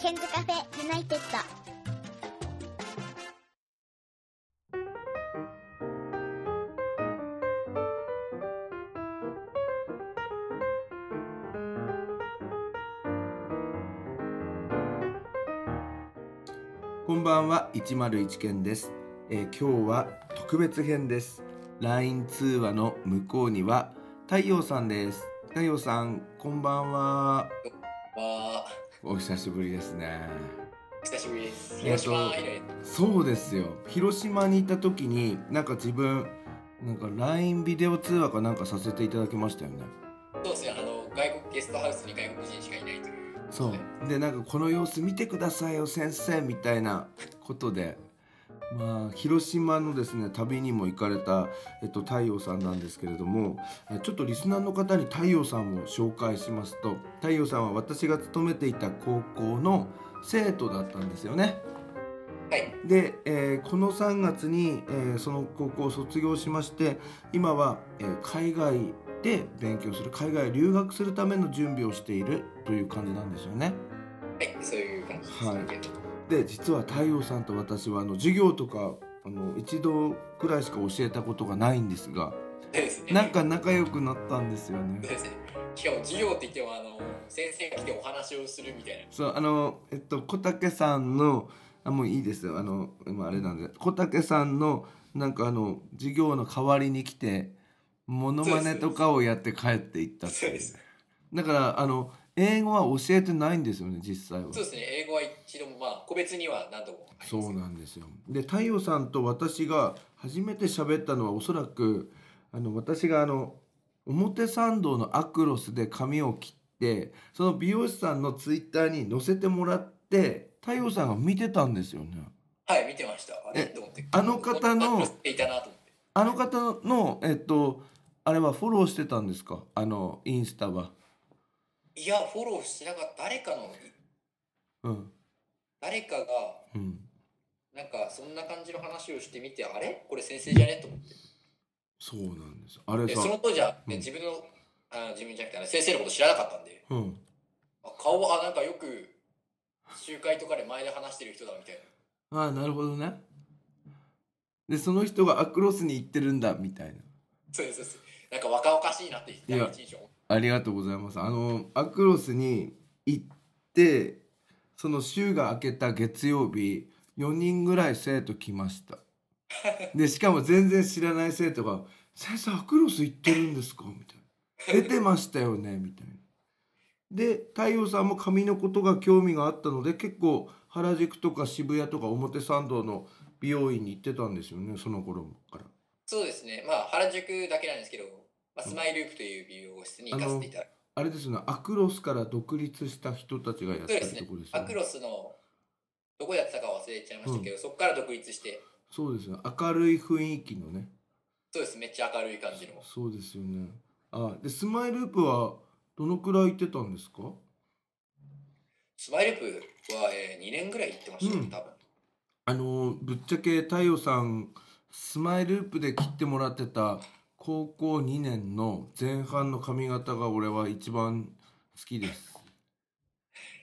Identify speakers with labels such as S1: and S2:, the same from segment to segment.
S1: ケンズカフェユナイテッド。
S2: こんばんは101件です、えー今日は特別編です LINE 通話の向こうには太陽さんです太陽さんこんばんは
S3: わあ、
S2: お久しぶりですね
S3: 久しぶりです。
S2: えっと
S3: 広島以来。
S2: そうですよ広島にいた時になんか自分なんか LINE ビデオ通話かなんかさせていただきましたよね
S3: そうですね、あの外国ゲストハウスに外国人しかいないという。
S2: そうでなんかこの様子見てくださいよ先生みたいなことでまあ広島のですね旅にも行かれた、えっと、太陽さんなんですけれどもえちょっとリスナーの方に太陽さんを紹介しますと太陽さんは私が勤めていた高校の生徒だったんですよね。
S3: はい。
S2: で、えーこの3月に、えーその高校を卒業しまして今は、えー海外で勉強する海外へ留学するための準備をしているという感じなんですよね。
S3: はい、そういう感じです、
S2: はい
S3: えっと
S2: で実は太陽さんと私はあの授業とかあの一度くらいしか教えたことがないんですが
S3: そうですね。
S2: なんか仲良くなったんですよね
S3: そうですね。しかも授業って言ってもあの先生が来てお話をするみたいな。
S2: そうあのえっと小竹さんのあもういいですよあの今あれなんで小竹さんのなんかあの授業の代わりに来てモノマネとかをやって帰っていったって
S3: そう
S2: い
S3: で
S2: う
S3: す。
S2: だからあの英語は教えてないんですよね実際は
S3: そうですね。英語は一度もまあ個別には何度もあります。
S2: そうなんですよで太陽さんと私が初めて喋ったのはおそらくあの私があの表参道のアクロスで髪を切ってその美容師さんのツイッターに載せてもらって太陽さんが見てたんですよね
S3: はい、見てました。あれ
S2: え
S3: と思って。
S2: あの方の
S3: 知っていたなと思って。
S2: あの方のえっとあれはフォローしてたんですかあのインスタは、
S3: いや、フォローしてなかった。誰かの
S2: うん
S3: 誰かが
S2: うん、
S3: なんかそんな感じの話をしてみて、あれこれ先生じゃねと思って。
S2: そうなんですあれ
S3: で
S2: さ
S3: その当時は、
S2: う
S3: ね
S2: ん
S3: 自分のあの自分じゃなくてあの先生のこと知らなかったんで
S2: うん
S3: あ顔はあなんかよく集会とかで前で話してる人だみたいな
S2: ああなるほどねでその人がアクロスに行ってるんだみたいな
S3: そうですそうですなんか若々しいなって
S2: いや
S3: 第一印象
S2: ありがとうございます。あのアクロスに行ってその週が明けた月曜日4人ぐらい生徒来ました。 でしかも全然知らない生徒が「先生アクロス行ってるんですか?」みたいな「出てましたよね」みたいな。で太陽さんも髪のことが興味があったので結構原宿とか渋谷とか表参道の美容院に行ってたんですよねその頃から。
S3: そうですねまあ原宿だけなんですけど、まあ、スマイループという美容室に行かせていただく
S2: あれですよねアクロスから独立した人たちがやっ
S3: そ
S2: てる
S3: うですね
S2: ところですよ
S3: ア
S2: ね
S3: ク。ロスのどこでやってたか忘れちゃいましたけど、そこから独立して
S2: そうですね明るい雰囲気のね
S3: そうですめっちゃ明るい感じの
S2: そうですよねあでスマイループはどのくらい行ってたんですか
S3: スマイループは、えー、2年ぐらい行ってましたね、
S2: うん
S3: 多分
S2: あのーぶっちゃけ太陽さんスマイループで切ってもらってた高校2年の前半の髪型が俺は一番好きです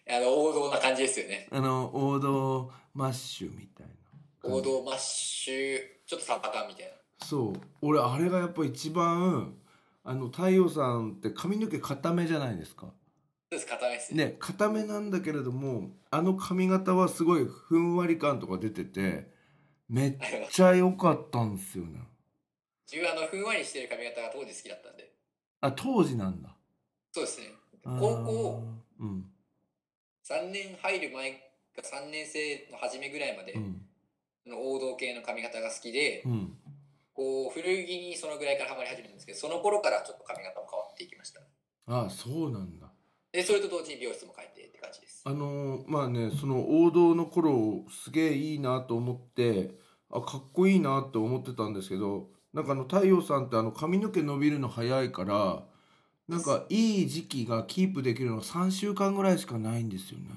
S3: あの王道な感じですよね
S2: あの王道マッシュみたいな
S3: 王道マッシュちょっとサバ缶みたいな
S2: そう俺あれがやっぱ一番あの太陽さんって髪の毛固めじゃないですか
S3: そうです、固めですね。
S2: ね固めなんだけれどもあの髪型はすごいふんわり感とか出ててめっちゃ良かったんですよね
S3: 自分あの、ふんわりしてる髪型が当時好きだったんで。
S2: あ当時なんだ
S3: そうですね。高校
S2: あーうん
S3: 3年入る前か3年生の初めぐらいまで
S2: う、ん
S3: あの王道系の髪型が好きで、
S2: うん
S3: こう、古着にそのぐらいからハマり始めたんですけど、その頃からちょっと髪型も変わっていきました。
S2: あーそうなんだ
S3: で、それと同時に美容室も変えてって感じです。
S2: あのーまあねその王道の頃すげえいいなと思ってあかっこいいなと思ってたんですけどなんかあの太陽さんってあの髪の毛伸びるの早いからなんかいい時期がキープできるのが3週間ぐらいしかないんですよね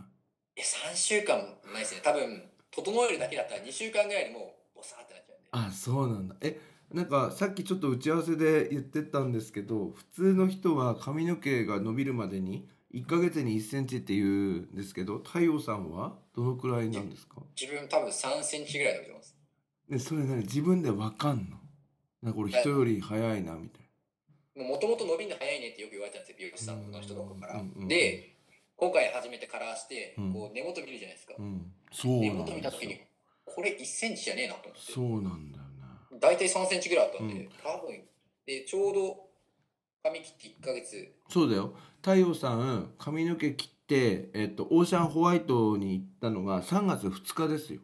S3: え、3週間もないですね。多分、整えるだけだったら2週間ぐらいでもう、ボサーってなっちゃうんで。
S2: あそうなんだえなんかさっきちょっと打ち合わせで言ってたんですけど普通の人は髪の毛が伸びるまでに1ヶ月に1センチっていうんですけど太陽さんはどのくらいなんですか
S3: 自分多分3センチぐらい伸びてます。
S2: ねそれね自分でわかんのなんか俺人より早いなみたい
S3: もともと伸びるの早いねってよく言われてたんですよ、美容師さんの人の方か
S2: う
S3: ら
S2: んうんうん。
S3: で、今回初めてカラーして、
S2: うん
S3: こう根元見るじゃないですか
S2: な、う。ん、そう
S3: 根
S2: なん
S3: 元見た
S2: です
S3: 時
S2: よ
S3: に、これ1センチじゃねえなと思って。
S2: そうなんだよね
S3: 大体3センチぐらいあったんで、
S2: うん
S3: 多分でちょうど髪切って1ヶ月
S2: そうだよ太陽さん髪の毛切って、えっと、オーシャンホワイトに行ったのが3月2日ですよ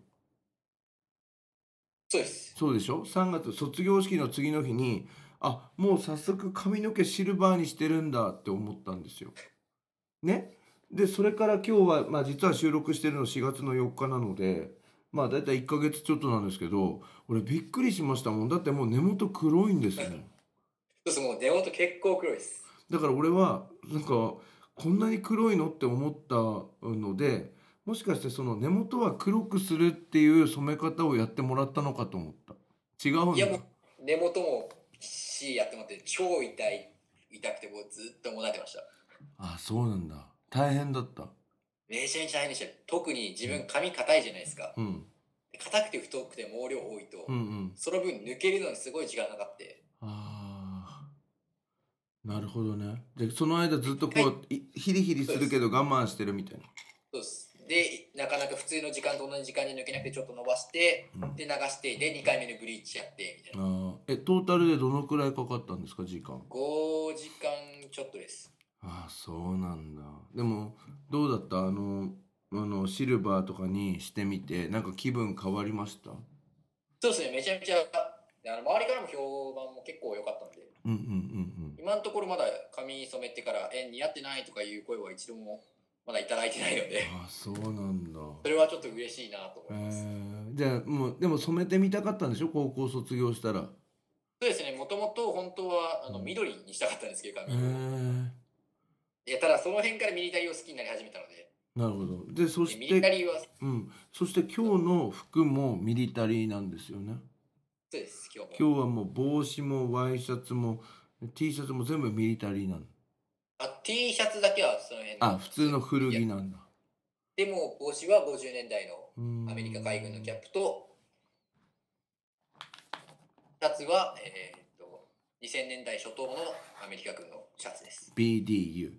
S3: そうです
S2: そうでしょ3月卒業式の次の日にあもう早速髪の毛シルバーにしてるんだって思ったんですよ。ねでそれから今日は、まあ、実は収録してるの4月の4日なのでまあ大体1ヶ月ちょっとなんですけど俺びっくりしましたもんだってもう根元黒いんですね
S3: そうですもう根元結構黒いです
S2: だから俺はなんかこんなに黒いのって思ったのでもしかしてその根元は黒くするっていう染め方をやってもらったのかと思った違うん
S3: いやも
S2: だ
S3: う根元もきっしりやってもらって超痛い痛くてもうずっともうなってました
S2: あそうなんだ大変だった
S3: めちゃめちゃ大変でした特に自分髪硬いじゃないですか
S2: うん
S3: 硬くて太くて毛量多いと、
S2: うんうん
S3: その分抜けるのにすごい時間かかって
S2: あーなるほどねでその間ずっとこういヒリヒリするけど我慢してるみたい
S3: そうですでなかなか普通の時間と同じ時間に抜けなくてちょっと伸ばして
S2: な、うん、
S3: で流してで2回目のブリーチやってみたい
S2: あ
S3: な
S2: ーえトータルでどのくらいかかったんですか時間
S3: 5時間ちょっとです
S2: ああそうなんだでもどうだったあのあのシルバーとかにしてみてなんか気分変わりました
S3: そうですね、めちゃめちゃ、あの周りからも評判も結構良かったんで、
S2: うんうんうん
S3: 今のところまだ髪染めてから、え、似合ってないとかいう声は一度もまだいただいてないの
S2: うん
S3: で、
S2: ああそうなんだ
S3: それはちょっと嬉しいなと
S2: え
S3: 思います。
S2: ー、じゃあもうでも染めてみたかったんでしょ高校卒業したら
S3: そうですね、もともと本当はあの
S2: うん
S3: 緑にしたかったんですけど、
S2: ええ
S3: 髪を。
S2: ー
S3: いやただその辺からミリタリーを好きになり始めたので、
S2: なるほど。で、そ
S3: で
S2: し
S3: ミリタ
S2: て、
S3: リーは、そ
S2: うん、そして今日の服もミリタリーなんですよね。
S3: うです、今日も。
S2: 今日はもう帽子もワイシャツも T シャツも全部ミリタリーなの。
S3: あ T シャツだけはその辺
S2: あ、普通の古着
S3: いや
S2: なんだ。
S3: でも帽子は50年代の
S2: うん
S3: アメリカ海軍のキャップと、シャツは、えーっと2000年代初頭のアメリカ軍のシャツです。
S2: BDU。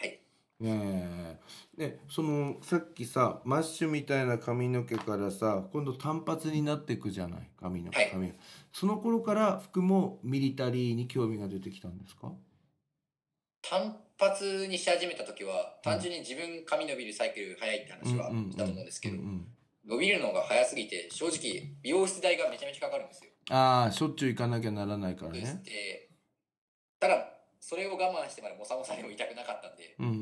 S3: はい。
S2: ええでそのさっきさマッシュみたいな髪の毛からさ今度単発になっていくじゃない髪の
S3: はい
S2: 髪のその頃から服もミリタリーに興味が出てきたんですか
S3: 単発にし始めた時は、単純に自分髪伸びるサイクル早いって話はしたと思うんですけど
S2: う、ん
S3: 伸びるのが早すぎて、正直、美容室代がめちゃめちゃかかるんですよ。
S2: ああしょっちゅう行かなきゃならないから
S3: そうです
S2: ね。
S3: でただ、それを我慢してまでもさもさでも痛くなかったんで、
S2: うんうん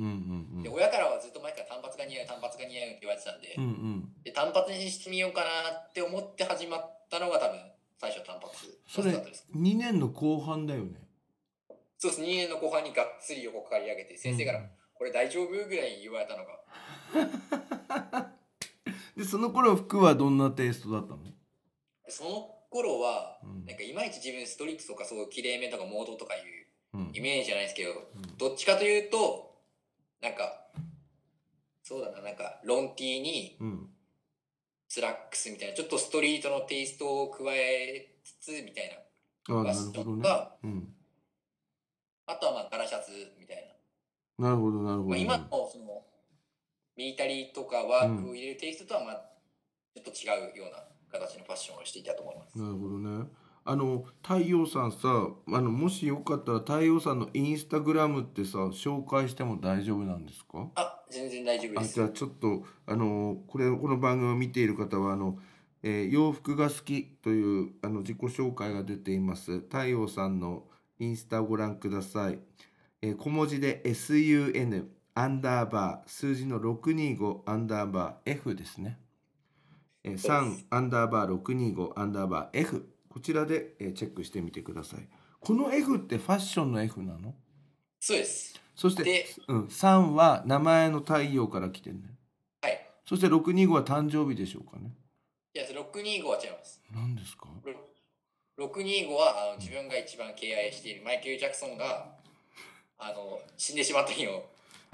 S2: うんうん
S3: で親からはずっと前から単発が似合う、単発が似合うって言われてたんで、
S2: うんうん
S3: で単発にしてみようかなって思って始まったのが多分最初単発
S2: そ
S3: のスタート
S2: れ
S3: です
S2: 2年の後半だよね
S3: そうです2年の後半にがっつり横刈り上げて先生から「これ大丈夫?」ぐらい言われたのが
S2: でその頃服はどんなテイストだったの
S3: その頃は
S2: うん
S3: なんかいまいち自分ストリップとかそういうきれいめとかモードとかいう
S2: うん
S3: イメージじゃないですけど
S2: うん
S3: どっちかというとなんかそうだななんかロンティーに
S2: うん
S3: スラックスみたいなちょっとストリートのテイストを加えつつみたいな
S2: あー
S3: ファ
S2: な
S3: ッ
S2: る
S3: シ
S2: ほ
S3: ョ
S2: ど
S3: ン
S2: ね
S3: が、
S2: うん
S3: あとはまあガラシャツみたいな
S2: なるほどなるほ
S3: ま
S2: ど
S3: あ、今のそのミリタリーとかワークを入れるテイストとはまあちょっと違うような形のファッションをしていたと思います。
S2: なるほどねあの太陽さんさあのもしよかったら太陽さんのインスタグラムってさ紹介しても大丈夫なんですか
S3: あ全然大丈夫
S2: あ
S3: で
S2: じ
S3: す。
S2: ゃあちょっとあのこれこの番組を見ている方はあの、えー洋服が好きというあの自己紹介が出ています太陽さんのインスタをご覧ください、えー小文字で SUN アンダーバー数字の625アンダーバー F ですね、えー、
S3: そうです
S2: 3アンダーバー625アンダーバー F こちらで、えーチェックしてみてくださいこの F ってファッションの F なの
S3: そうです。
S2: そして
S3: で
S2: うん、3は名前の太陽から来てるね
S3: はい。
S2: そして625は誕生日でしょうかね。
S3: いや六二五は違います。
S2: 何ですか
S3: 六二五はあの自分が一番敬愛しているマイケルジャクソンがあの死んでしまった日を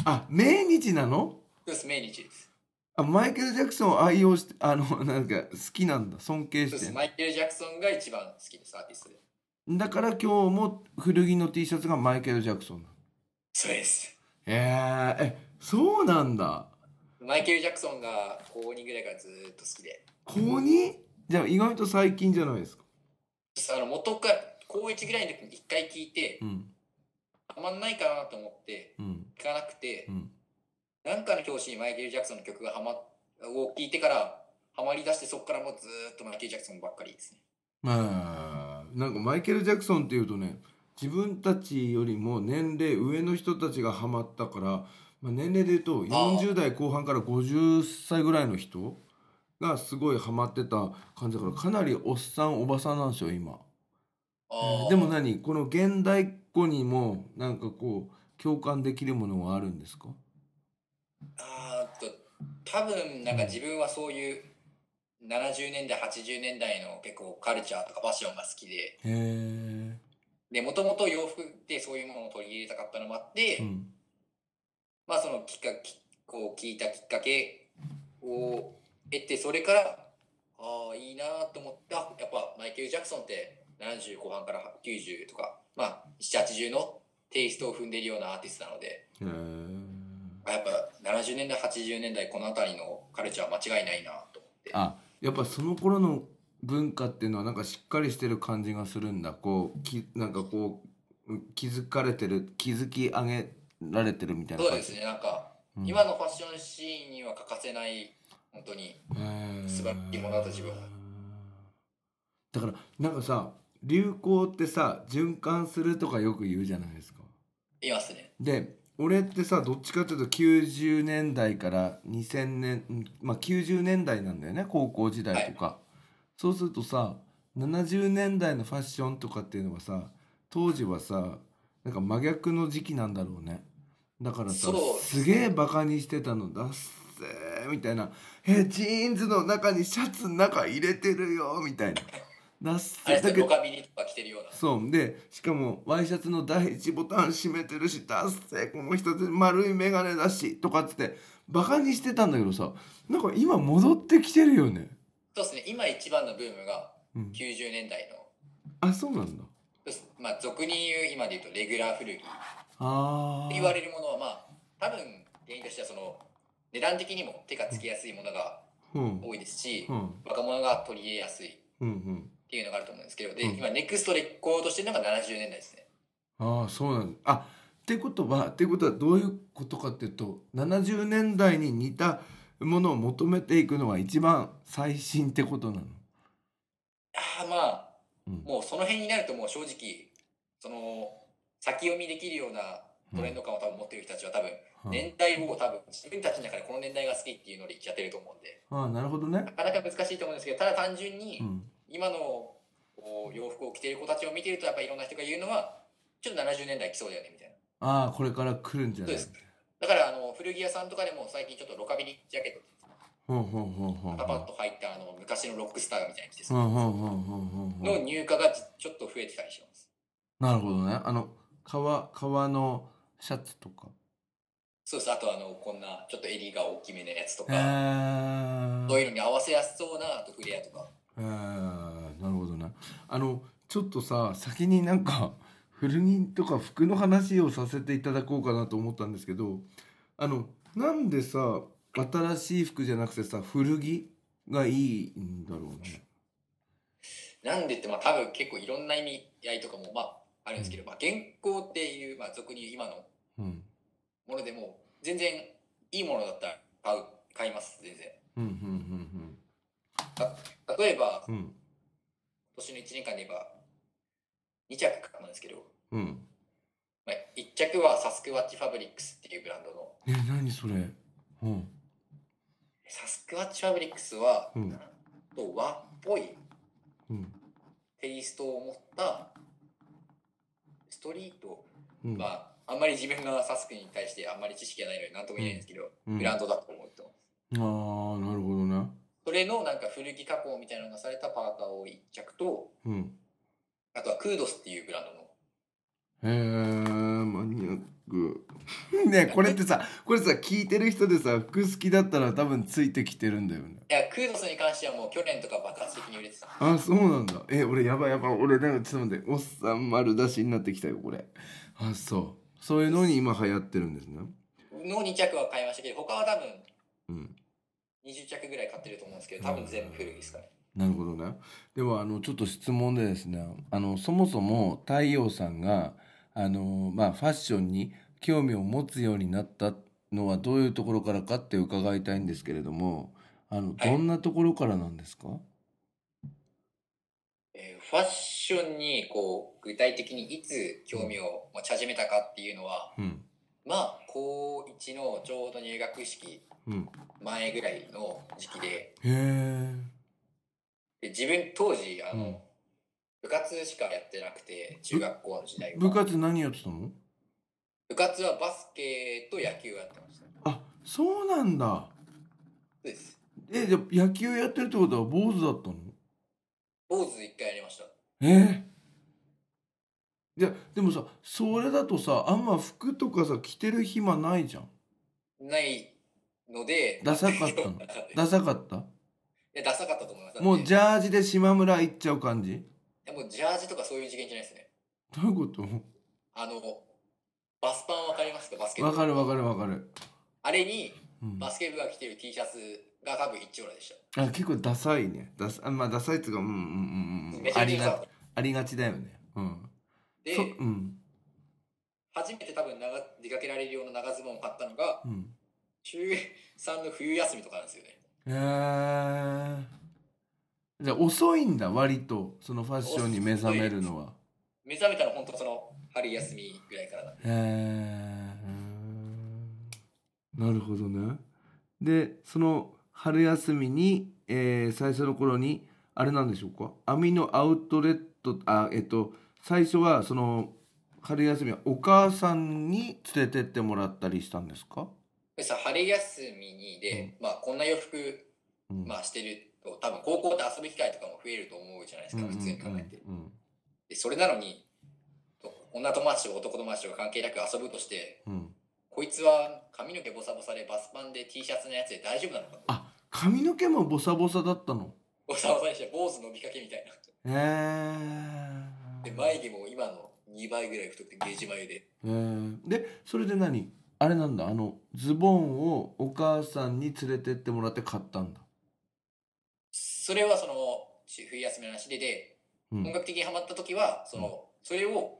S2: あ命日なの
S3: そうです、命日です。
S2: あマイケル・ジャクソンを愛用して あのなんか好きなんだ尊敬
S3: そう
S2: して
S3: です、
S2: ん
S3: マイケル・ジャクソンが一番好きです、アーティストで。
S2: だから今日も古着の T シャツがマイケル・ジャクソンなの
S3: そうです。
S2: えー、えそうなんだ
S3: マイケル・ジャクソンが高2ぐらいからずーっと好きで。
S2: 高 2? じゃあ意外と最近じゃないですか
S3: あの元から高1ぐらいの時に一回聞いて、
S2: うん
S3: あんまないかなと思って、
S2: うん
S3: 聞かなくて
S2: う、ん
S3: なんかの表紙にマイケル・ジャクソンの曲がハマを聞いてから、ハマり出して、そこからもうずーっとマイケル・ジャクソンばっかりですね。
S2: まあなんかマイケル・ジャクソンっていうとね自分たちよりも年齢上の人たちがハマったから、まあ、年齢で言うと
S3: ああ
S2: 40代後半から50歳ぐらいの人がすごいハマってた感じだからかなりおっさんおばさんなんですよ今。
S3: あー
S2: でも何この現代っ子にもなんかこう共感できるものはあるんですか
S3: あーっと多分なんか自分はそういう70年代80年代の結構カルチャーとかファッションが好きで
S2: へえ。
S3: でもともと洋服でそういうものを取り入れたかったのもあって、
S2: うん
S3: まあそのきっかけこう聞いたきっかけを得てそれからああいいなと思ったやっぱマイケル・ジャクソンって70後半から90とかまあ780のテイストを踏んでいるようなアーティストなので
S2: へえ。
S3: やっぱ70年代80年代この辺りのカルチャーは間違いないなと思って。
S2: あやっぱその頃の文化っていうのはなんかしっかりしてる感じがするんだこうきなんかこううん気づかれてる気づき上げられてるみたいな
S3: そう
S2: 感
S3: で
S2: じ
S3: すね、なんか、
S2: うん
S3: 今のファッションシーンには欠かせない、本当に。
S2: へー
S3: 素晴らしいものだと自分は
S2: だからなんかさ流行ってさ循環するとかよく言うじゃないですか
S3: いますね。
S2: で俺ってさどっちかっていうと90年代から2000年うんまあ90年代なんだよね高校時代とか、そうするとさ70年代のファッションとかっていうのはさ当時はさなんか真逆の時期なんだろうねだからさ
S3: そうです
S2: すげえバカにしてたのだっせーみたいな「えジーンズの中にシャツの中入れてるよ」みたいな「だっせ
S3: あ
S2: ー
S3: れです
S2: だ
S3: ね
S2: けど
S3: ロカビリとか着てるような。
S2: そうでしかもワイシャツの第一ボタン閉めてるしダッセーこの人で丸い眼鏡だしとかっつってバカにしてたんだけどさなんか今戻ってきてるよね、
S3: そうですね、今一番のブームが
S2: うん、
S3: 90年代の、
S2: あそうなんだ
S3: そうですまあ、俗に言う今で言うとレギュラー古着って
S2: あー
S3: 言われるものは、まあ、多分原因としてはその、値段的にも手がつきやすいものが
S2: うん
S3: 多いですし
S2: う、ん
S3: 若者が取り入れやすいっ
S2: うん
S3: ていうのがあると思うんですけど、で、
S2: うん
S3: 今、ネクストレコードしてるのが70年代ですね。
S2: うんああそうなんだあってことはってことはどういうことかっていうと70年代に似たものを求めていくのは一番最新ってことなの、
S3: ああ、まあ、
S2: うん、
S3: もうその辺になるともう正直その先読みできるようなトレンド感を多分持ってる人たちは多分年代を多分自分たちの中でこの年代が好きっていうのでやってると思うんで
S2: ああなるほどね
S3: なかなか難しいと思うんですけどただ単純に
S2: うん
S3: 今のこう洋服を着てる子たちを見てるとやっぱいろんな人が言うのはちょっと70年代来そうだよねみたいな
S2: ああこれから来るんじゃない
S3: そうだからあの古着屋さんとかでも最近ちょっとロカビリジャケット
S2: ほうほうほうほう
S3: パパッと入ったあの昔のロックスターみたいに着て
S2: ほうほうほうほうほう
S3: の入荷がちょっと増えてたりします
S2: なるほどねあの革革のシャツとか
S3: そうですあとあのこんなちょっと襟が大きめのやつと
S2: へ
S3: か、
S2: え
S3: そういうのに合わせやすそうなあとフレアとか。
S2: えーなるほどねあのちょっとさ先になんか古着とか服の話をさせていただこうかなと思ったんですけどあのなんでさ新しい服じゃなくてさ古着がいいんだろうね
S3: なんでって、まあ多分結構いろんな意味合いとかも、まああるんですけど、まあ現行っていう、まあ俗に言う今の
S2: うん
S3: ものでも、全然いいものだったら買う、買います、全然。
S2: うんうん
S3: 例えば、今
S2: うんうん
S3: 年の1年間で言えば、2着買ったんですけど、
S2: うんうん
S3: まあ、1着はサスクワッチファブリックスっていうブランドの、
S2: え何それうん
S3: サスクワッチファブリックスは、
S2: うん
S3: なんと和っぽい
S2: うん
S3: テイストを持った、ストリート、
S2: うん
S3: まあ、あんまり自分がサスクに対してあんまり知識がないので何とも言えないんですけど、
S2: うん
S3: ブランドだと思うと。
S2: ああなるほどね。
S3: それのなんか古着加工みたいなのがされたパーカーを一着と、
S2: うん。
S3: あとはクードスっていうブランドの、
S2: へえマニアッ服 ねこれってさこれさ聞いてる人でさ服好きだったら多分ついてきてるんだよね
S3: いや、クードスに関してはもう去年とか爆発的に売れてた。
S2: あそうなんだえ俺やばいやばい俺なんかちょっと待っておっさん丸出しになってきたよこれあそうそういうのに今流行ってるんですね
S3: の2着は買いましたけど、他は多分
S2: うん
S3: 20着ぐらい買ってると思うんですけど、多分全部古着ですかね。
S2: なるほどねではあのちょっと質問でですねあのそもそも太陽さんがあの、まあ、ファッションに興味を持つようになったのはどういうところからかって伺いたいんですけれどもあの
S3: はい
S2: どんなところからなんですか、
S3: えーファッションにこう具体的にいつ興味を持ち始めたかっていうのは、
S2: うん
S3: まあ、高1のちょうど入学式
S2: うん、
S3: 前ぐらいの時期で、
S2: へえ
S3: で自分当時、あ
S2: う
S3: の、
S2: ん
S3: 部活しかやってなくて、中学校の時代は
S2: 部活何やってたの
S3: 部活はバスケと野球をやってました。そ
S2: あそうなんだ
S3: うです。
S2: えじゃあ野球やってるってことは坊主だったの
S3: 坊主一回やりました。
S2: えー、じゃあでもさそれだとさあんま服とかさ着てる暇ないじゃん
S3: ないので、
S2: ダサかったの
S3: い
S2: ダサかった
S3: やダサかったと思います。
S2: もうジ
S3: ャ
S2: ャージで島村行っちゃう感じ
S3: もうジャージとかそういう次元じゃないですね。
S2: どういうこと
S3: あの、バスパンわかりますかバスケット
S2: わかるわかるわかる、
S3: あれに、
S2: うん、
S3: バスケ部が着てる T シャツが多分一丁羅でし
S2: あ結構ダサいねダサあまあダサいっつうかうんうん
S3: た。
S2: うんう
S3: め
S2: ん
S3: ちゃ
S2: あ
S3: めち
S2: り
S3: ゃダサか
S2: が
S3: った
S2: ありがちだよねうん
S3: で
S2: そ、うん
S3: 初めて多分長出かけられる用の長ズボンを買ったのが、
S2: うん
S3: 中3の冬休みとかなんですよね。
S2: えー、じゃあ遅いんだ割とそのファッションに目覚めるのは
S3: 目覚めたの本当その春休みぐらいからだ。
S2: へえなるほどねでその春休みに、えー最初の頃にあれなんでしょうか網のアウトレットあえっと最初はその春休みはお母さんに連れてってもらったりしたんですか、
S3: でさ、春休みにで、まあこんな洋服、
S2: うん
S3: まあしてると、多分高校って遊ぶ機会とかも増えると思うじゃないですか、普通に考えて。
S2: うんうん
S3: でそれなのにと女友達とか男友達とか関係なく遊ぶとして
S2: うんうん
S3: こいつは髪の毛ボサボサでバスパンで T シャツのやつで大丈夫なのかと
S2: あ髪の毛もボサボサだったの
S3: ボサボサにして坊主伸びかけみたいな
S2: へえ
S3: で眉毛も今の2倍ぐらい太くてゲージ眉で
S2: えーでそれで何あれなんだあのズボンをお母さんに連れてってもらって買ったんだ、
S3: それはそのち冬休みの話でで
S2: うん、
S3: 本格的にハマった時はそのそれを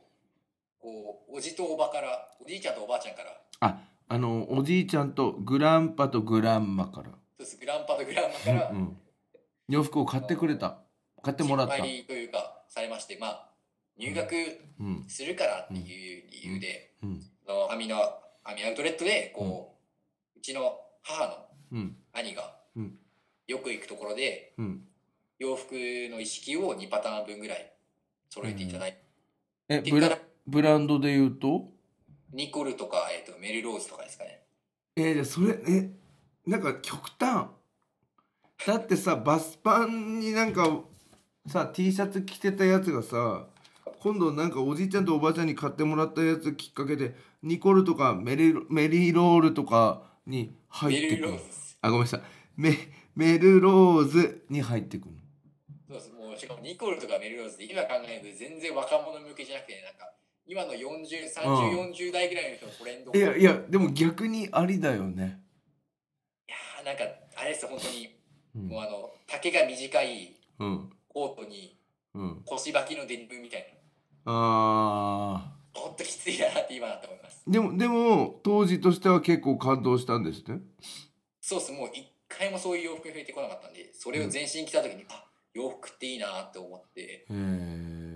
S3: こうおじとおばからおじいちゃんとおばあちゃんから
S2: あのおじいちゃんとグランパとグランマから
S3: そうですグランパとグランマから
S2: うんうん、洋服を買ってくれた買ってもらった、
S3: 心配というかされましてまあ入学
S2: うん
S3: するからっていう理由で、
S2: うん
S3: その網の網アウトレットでこう、うちの母の
S2: うん
S3: 兄が
S2: うん
S3: よく行くところで
S2: うん、
S3: 洋服の一式を2パターン分ぐらい揃えていただいて、
S2: え
S3: 結
S2: ブ
S3: 果
S2: ラブランドで言うと
S3: ニコルとか、えー、とメルローズとかですかね
S2: えー、じゃあそれえなんか極端だってさバスパンになんかさ T シャツ着てたやつがさ今度なんかおじいちゃんとおばあちゃんに買ってもらったやつきっかけでニコルとかメリメリーロールとかに入っ
S3: メ
S2: てく
S3: ルロー
S2: る
S3: ズです
S2: あごめんなさいメメルローズに入ってくる
S3: そうですもうしかもニコルとかメルローズって今考えると全然若者向けじゃなくてなんか今の403040、
S2: う
S3: 40代ぐらいの人のトレンド
S2: いやいやでも逆にありだよね、
S3: いやーなんかあれです本当に
S2: うん
S3: もうあの丈が短い
S2: うん
S3: コートに
S2: うん、
S3: 腰履きのデニムみたいな
S2: あ
S3: ほんときついなって今だと思います。
S2: ーでもでも当時としては結構感動したんですね
S3: そうです、もう一回もそういう洋服に増えてこなかったんで、それを全身着た時に、あ洋服っていいなって思って、
S2: へー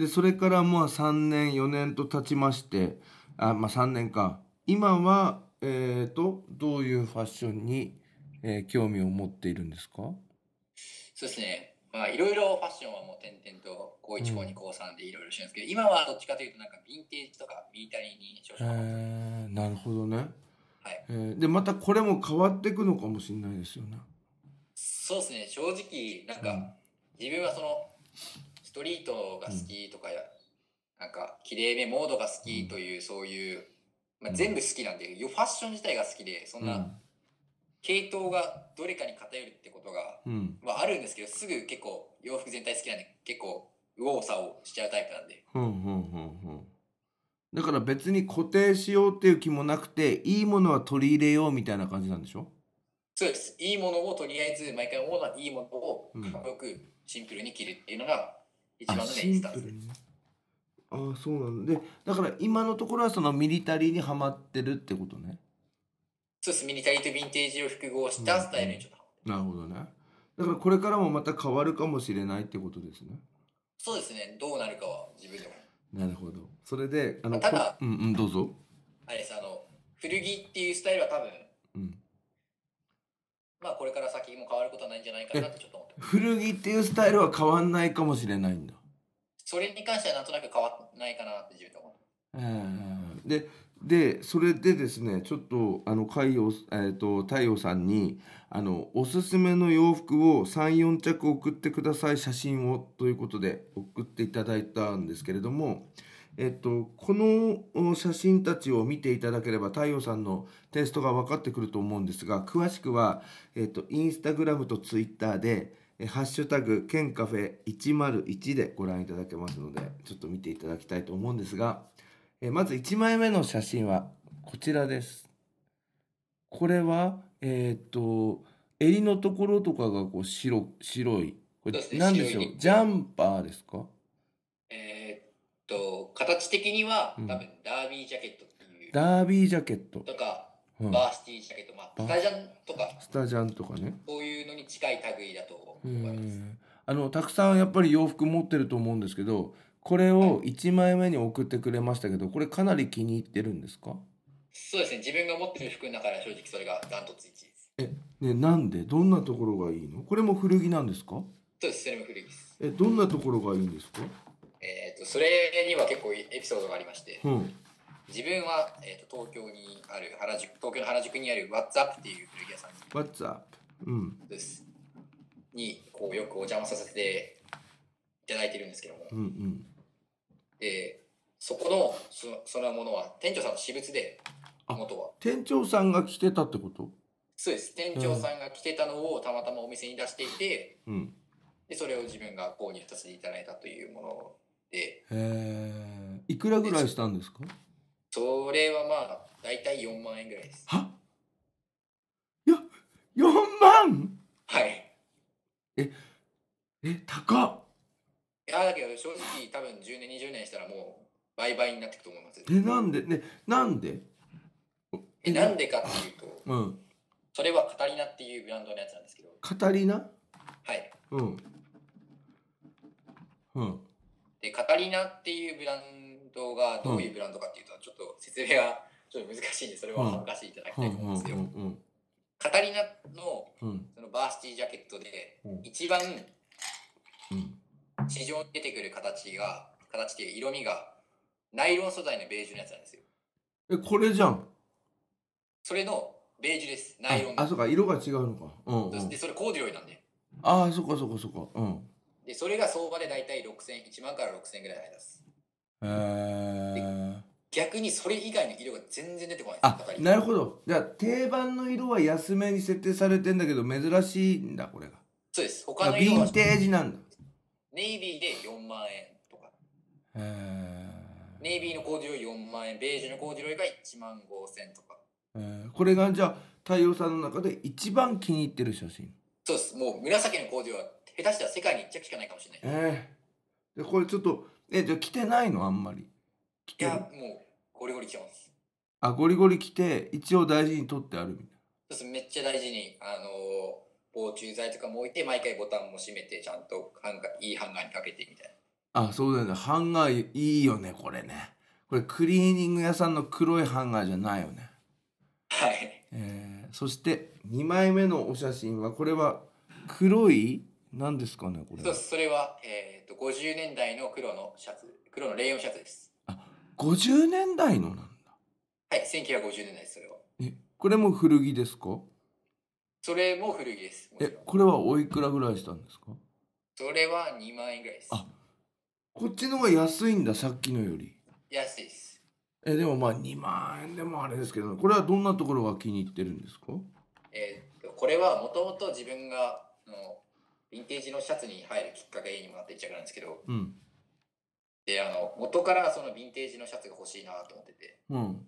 S2: でそれからまあ3年4年と経ちましてあまあ3年か今はえー、とどういうファッションに、えー興味を持っているんですか
S3: そうですね、まあいろいろファッションはもう点々と、高1、高2、高3でいろいろしてるんですけど、今はどっちかというと、なんかヴィンテージとかミリタリーに少
S2: へ
S3: 々ハマってます
S2: ーなるほどね、
S3: はい
S2: えーでまたこれも変わっていくのかもしれないですよね
S3: そうですね、正直、なんか、自分はその、ストリートが好きとかや、なんか、きれいめモードが好きという、そういうまあ、全部好きなんで、よファッション自体が好きでそんな系統がどれかに偏るってことが、
S2: うん
S3: まあ、あるんですけどすぐ結構洋服全体好きなんで結構右往左往しちゃうタイプなんで
S2: うんうんうんうんだから別に固定しようっていう気もなくていいものは取り入れようみたいな感じなんでしょ
S3: そうですいいものをとりあえず毎回思うのはいいものを
S2: うん
S3: かっこよくシンプルに着るっていうのが一番
S2: あ
S3: のメ
S2: シ
S3: イン
S2: ン
S3: ス
S2: プ
S3: タンス
S2: ル
S3: で
S2: にねああそうなんだでだから今のところはそのミリタリーにはまってるってことね
S3: すそうですミニタリーとヴィンテージを複合したスタイルにちょっと、
S2: なるほどねだからこれからもまた変わるかもしれないってことですね
S3: そうですねどうなるかは自分でも
S2: なるほどそれであの
S3: まあただ
S2: こうんうんどうぞ
S3: あれですあの古着っていうスタイルは多分
S2: うん
S3: まあこれから先も変わることはないんじゃないかなってちょっと思ってます
S2: 古着っていうスタイルは変わんないかもしれないんだ
S3: それに関してはなんとなく変わらないかなって自分で思う
S2: えーででそれでですねちょっとあの海洋、えー、と太陽さんにあのおすすめの洋服を34着送ってください写真をということで送っていただいたんですけれども、えっとこのお写真たちを見ていただければ太陽さんのテイストが分かってくると思うんですが詳しくは、えっとインスタグラムとツイッターで「えハッシュタグケンカフェ101」でご覧いただけますのでちょっと見ていただきたいと思うんですが。えーまず1枚目の写真はこちらです。これはえーっと襟のところとかがこう白白いこ
S3: そう
S2: れ
S3: ですね
S2: 何でしょう
S3: 白い
S2: ジャンパーですか
S3: えーっと形的には
S2: うん
S3: 多分ダービージャケットっていう、
S2: ダービージャケット、
S3: とか
S2: うん
S3: バーシティジャケットまあ
S2: バ
S3: スタジャンとか
S2: スタジャンとかね。
S3: そういうのに近い類だと
S2: う
S3: 思います
S2: んあのたくさんやっぱり洋服持ってると思うんですけどこれを1枚目に送ってくれましたけどこれかなり気に入ってるんですか
S3: そうですね自分が持ってる服の中では正直それがダントツ1位です
S2: ねなんでどんなところがいいのこれも古着なんですか
S3: そうですそれも古いです
S2: えどんなところがいいんですか
S3: えーっとそれには結構エピソードがありまして
S2: うん
S3: 自分は、えーっと東京にある原宿東京の原宿にあるワッツアップっていう古着屋さん
S2: What's up? うん
S3: ですにこうよくお邪魔させていただいてるんですけども、
S2: うんうん
S3: でそこのそそのものは店長さんの私物で
S2: あ
S3: 元は
S2: 店長さんが着てたってこと
S3: そうです店長さんが着てたのをたまたまお店に出していて、
S2: うん
S3: でそれを自分が購入させていただいたというもので
S2: へえいくらぐらいしたんですか
S3: それはまあ大体4万円ぐらいです
S2: はよ4万
S3: はい
S2: え高っ
S3: いやだけど正直多分10年20年したらもう倍々になっていくと思います
S2: えなんでねなんで
S3: えなんでかっていうと
S2: うん
S3: それはカタリナっていうブランドのやつなんですけど
S2: カタリナ
S3: はい
S2: うんうん
S3: でカタリナっていうブランドがどういうブランドかっていうと、ちょっと説明が ちょっと難しいんでそれは恥ずかしいただき
S2: う
S3: たい
S2: ん
S3: と
S2: う
S3: 思うん
S2: ん
S3: ですよ、
S2: うん
S3: カタリナの
S2: うん
S3: そのバーシティジャケットで
S2: うん
S3: 一番
S2: うん
S3: 市場に出てくる形が形で色味がナイロン素材のベージュのやつなんですよ
S2: えこれじゃん
S3: それのベージュですナイロン
S2: ああそうか色が違うのかうんう
S3: そし
S2: ん
S3: てそれコーデュロイなんで
S2: ああそうかそうかそうかうん
S3: でそれが相場で大体6000 1万から6000ぐらいの間です
S2: へえ
S3: 逆にそれ以外の色が全然出てこないんです
S2: あ
S3: カタリナ
S2: なるほどじゃあ定番の色は安めに設定されてんだけど珍しいんだこれが
S3: そうです他
S2: あ
S3: の
S2: ヴ
S3: 色
S2: ィ
S3: は
S2: ンテージなんだ
S3: ネイビーで4万円とか
S2: へえ
S3: ネイビーのコーデュロイ4万円、ベージュのコーデュロイが1万5千とか。
S2: えこれがじゃあ太陽さんの中で一番気に入ってる写真
S3: そうです。もう紫のコーデュロイは下手したら世界に1着しかないかもしれない。
S2: ええでこれちょっとえじゃあ着てないのあんまり着
S3: い
S2: てる
S3: や、もうゴリゴリ来てます。
S2: あゴリゴリ着て一応大事に取ってあるみたい
S3: そうです。めっちゃ大事に、あのー防虫剤とかも置いて、毎回ボタンも閉めて、ちゃんとハンガーいいハンガーにかけてみたいな。
S2: なあそうだよねハンガーいいよねこれねこれクリーニング屋さんの黒いハンガーじゃないよね
S3: はい。
S2: えーそして2枚目のお写真はこれは黒い何ですかねこれ
S3: そうです。それは、えっと、50年代の黒のシャツ、黒のレイヨンシャツです。
S2: 50年代のなんだ
S3: はい、1950年代です、それは。
S2: えこれも古着ですか
S3: それも古着です。もち
S2: え
S3: ろん
S2: これはおいくらぐらいしたんですか
S3: それは2万円ぐらいです。
S2: あこっちの方が安いんださっきのより
S3: 安いです。
S2: えでもまあ2万円でもあれですけどこれはどんなところが気に入ってるんですか
S3: えーっとこれはもともと自分があのヴィンテージのシャツに入るきっかけにもなって一着なんですけど
S2: うん
S3: であの元からそのヴィンテージのシャツが欲しいなと思ってて
S2: うん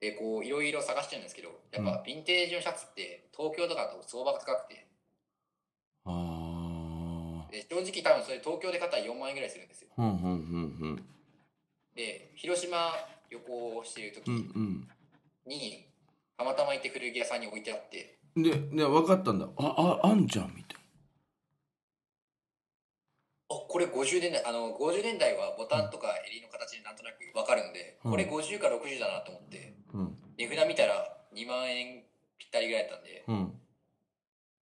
S3: でこういろいろ探してるんですけどやっぱヴィンテージのシャツって東京とかだと相場が高くて
S2: ああ
S3: で正直多分それ東京で買ったら4万円ぐらいするんですよ
S2: ふんふんふんふん
S3: で広島旅行をしている時
S2: うん
S3: にたまたま行って古着屋さんに置いてあって
S2: うんでで分かったんだあああんじゃんみたい
S3: あこれ50年代あの50年代はボタンとか襟の形でなんとなく分かるので
S2: うん
S3: これ50か60だなと思って
S2: なうん
S3: 値札見たら2万円ぴったりぐらいだったんで
S2: うん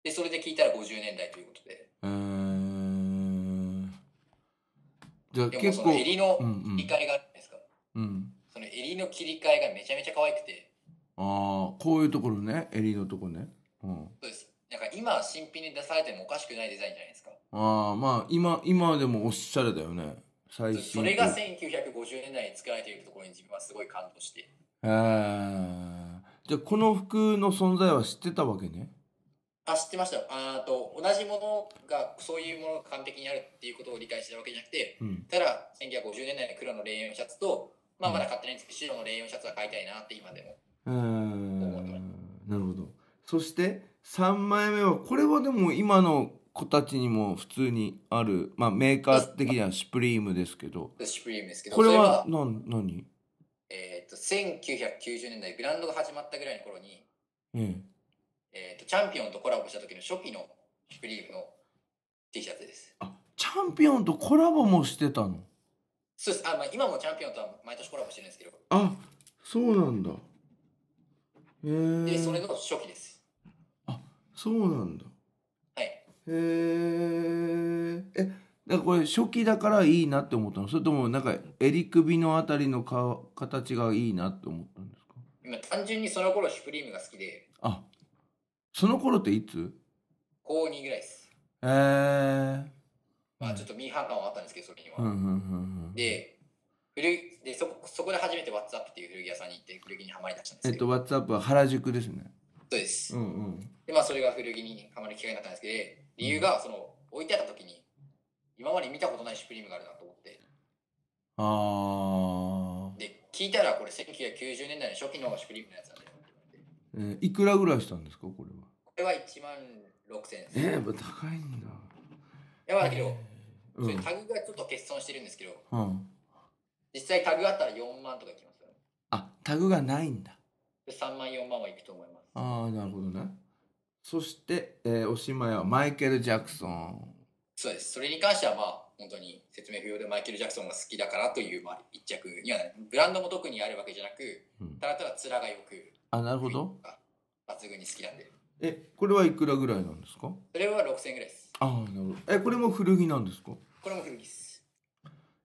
S3: でそれで聞いたら50年代ということで
S2: えー、じゃあ
S3: でも
S2: 結
S3: そ
S2: 構
S3: の襟の
S2: うんうん
S3: 切り替えがあるんですか、
S2: うん
S3: その襟の切り替えがめちゃめちゃ可愛くて
S2: ああこういうところね襟のとこねうん
S3: そうですなんか今新品で出されてもおかしくないデザインじゃないですか
S2: ああまあ今今でもおしゃれだよね最
S3: そう
S2: 新
S3: それが1950年代に作られているところに自分はすごい感動して
S2: えー、じゃあこの服の存在は知ってたわけね
S3: あ知ってましたよあーと同じものがそういうものが完璧にあるっていうことを理解してたわけじゃなくて
S2: うん
S3: ただ1950年代の黒のレイヨンシャツと、まあ、
S2: うん
S3: まだ買ってないんですけど白のレイヨンシャツは買いたいなって今でも
S2: えー、なるほどそして3枚目はこれはでも今の子たちにも普通にある、まあ、メーカー的にはシュプリームですけど
S3: シュプリームですけど
S2: これ
S3: それ
S2: は
S3: は
S2: 何何
S3: えー、と1990年代ブランドが始まったぐらいの頃に、
S2: ええ
S3: えー、とチャンピオンとコラボした時の初期のシュプリームの T シャツです
S2: あチャンピオンとコラボもしてたの
S3: そうですあ、まあ、今もチャンピオンとは毎年コラボしてるんですけど
S2: あそうなんだへえ
S3: でそれ
S2: ー、
S3: の初期です
S2: そうなんだ
S3: はい
S2: へーえだからこれ初期だからいいなって思ったのそれともなんか襟首のあたりのか形がいいなって思ったんですか
S3: 今単純にその頃シュプリームが好きで
S2: あその頃っていつ
S3: 高2ぐらいです
S2: えー、
S3: ま
S2: う
S3: あ
S2: ん
S3: ちょっとミーハー感はあったんですけどそれには、
S2: うんうんうんうん
S3: で古いでそそこで初めて WhatsApp っていう古着屋さんに行って古着にハマりだしたん
S2: え
S3: です
S2: っ
S3: けど、
S2: と WhatsApp は原宿ですね
S3: そうです、
S2: んうん
S3: でまあそれが古着にハマる機会になったんですけど理由がその置いてあった時に今まで見たことないシュプリームがあるなと思って
S2: あ
S3: で聞いたらこれ1990年代の初期のシュプリームのやつなん
S2: ー、
S3: で
S2: えーいくらぐらいしたんですかこれは
S3: これは1万6000円です
S2: えー、やっぱ高いんだ
S3: やばいけど、
S2: う
S3: それ
S2: ん
S3: タグがちょっと欠損してるんですけど
S2: うん、
S3: 実際タグあったら4万とかいきますよ
S2: あタグがないんだ
S3: で3万4万はいくと思います
S2: ああなるほどねそして、えーおしまいはマイケル・ジャクソン
S3: そうです。それに関してはまあ本当に説明不要でマイケル・ジャクソンが好きだからというまあ一着にはなるブランドも特にあるわけじゃなく、
S2: うん
S3: ただただ面がよく、
S2: あなるほど
S3: 抜群に好きなんで、
S2: えこれはいくらぐらいなんですか
S3: それは6000円ぐらいです。
S2: ああなるほどえこれも古着なんですか
S3: これも古着です。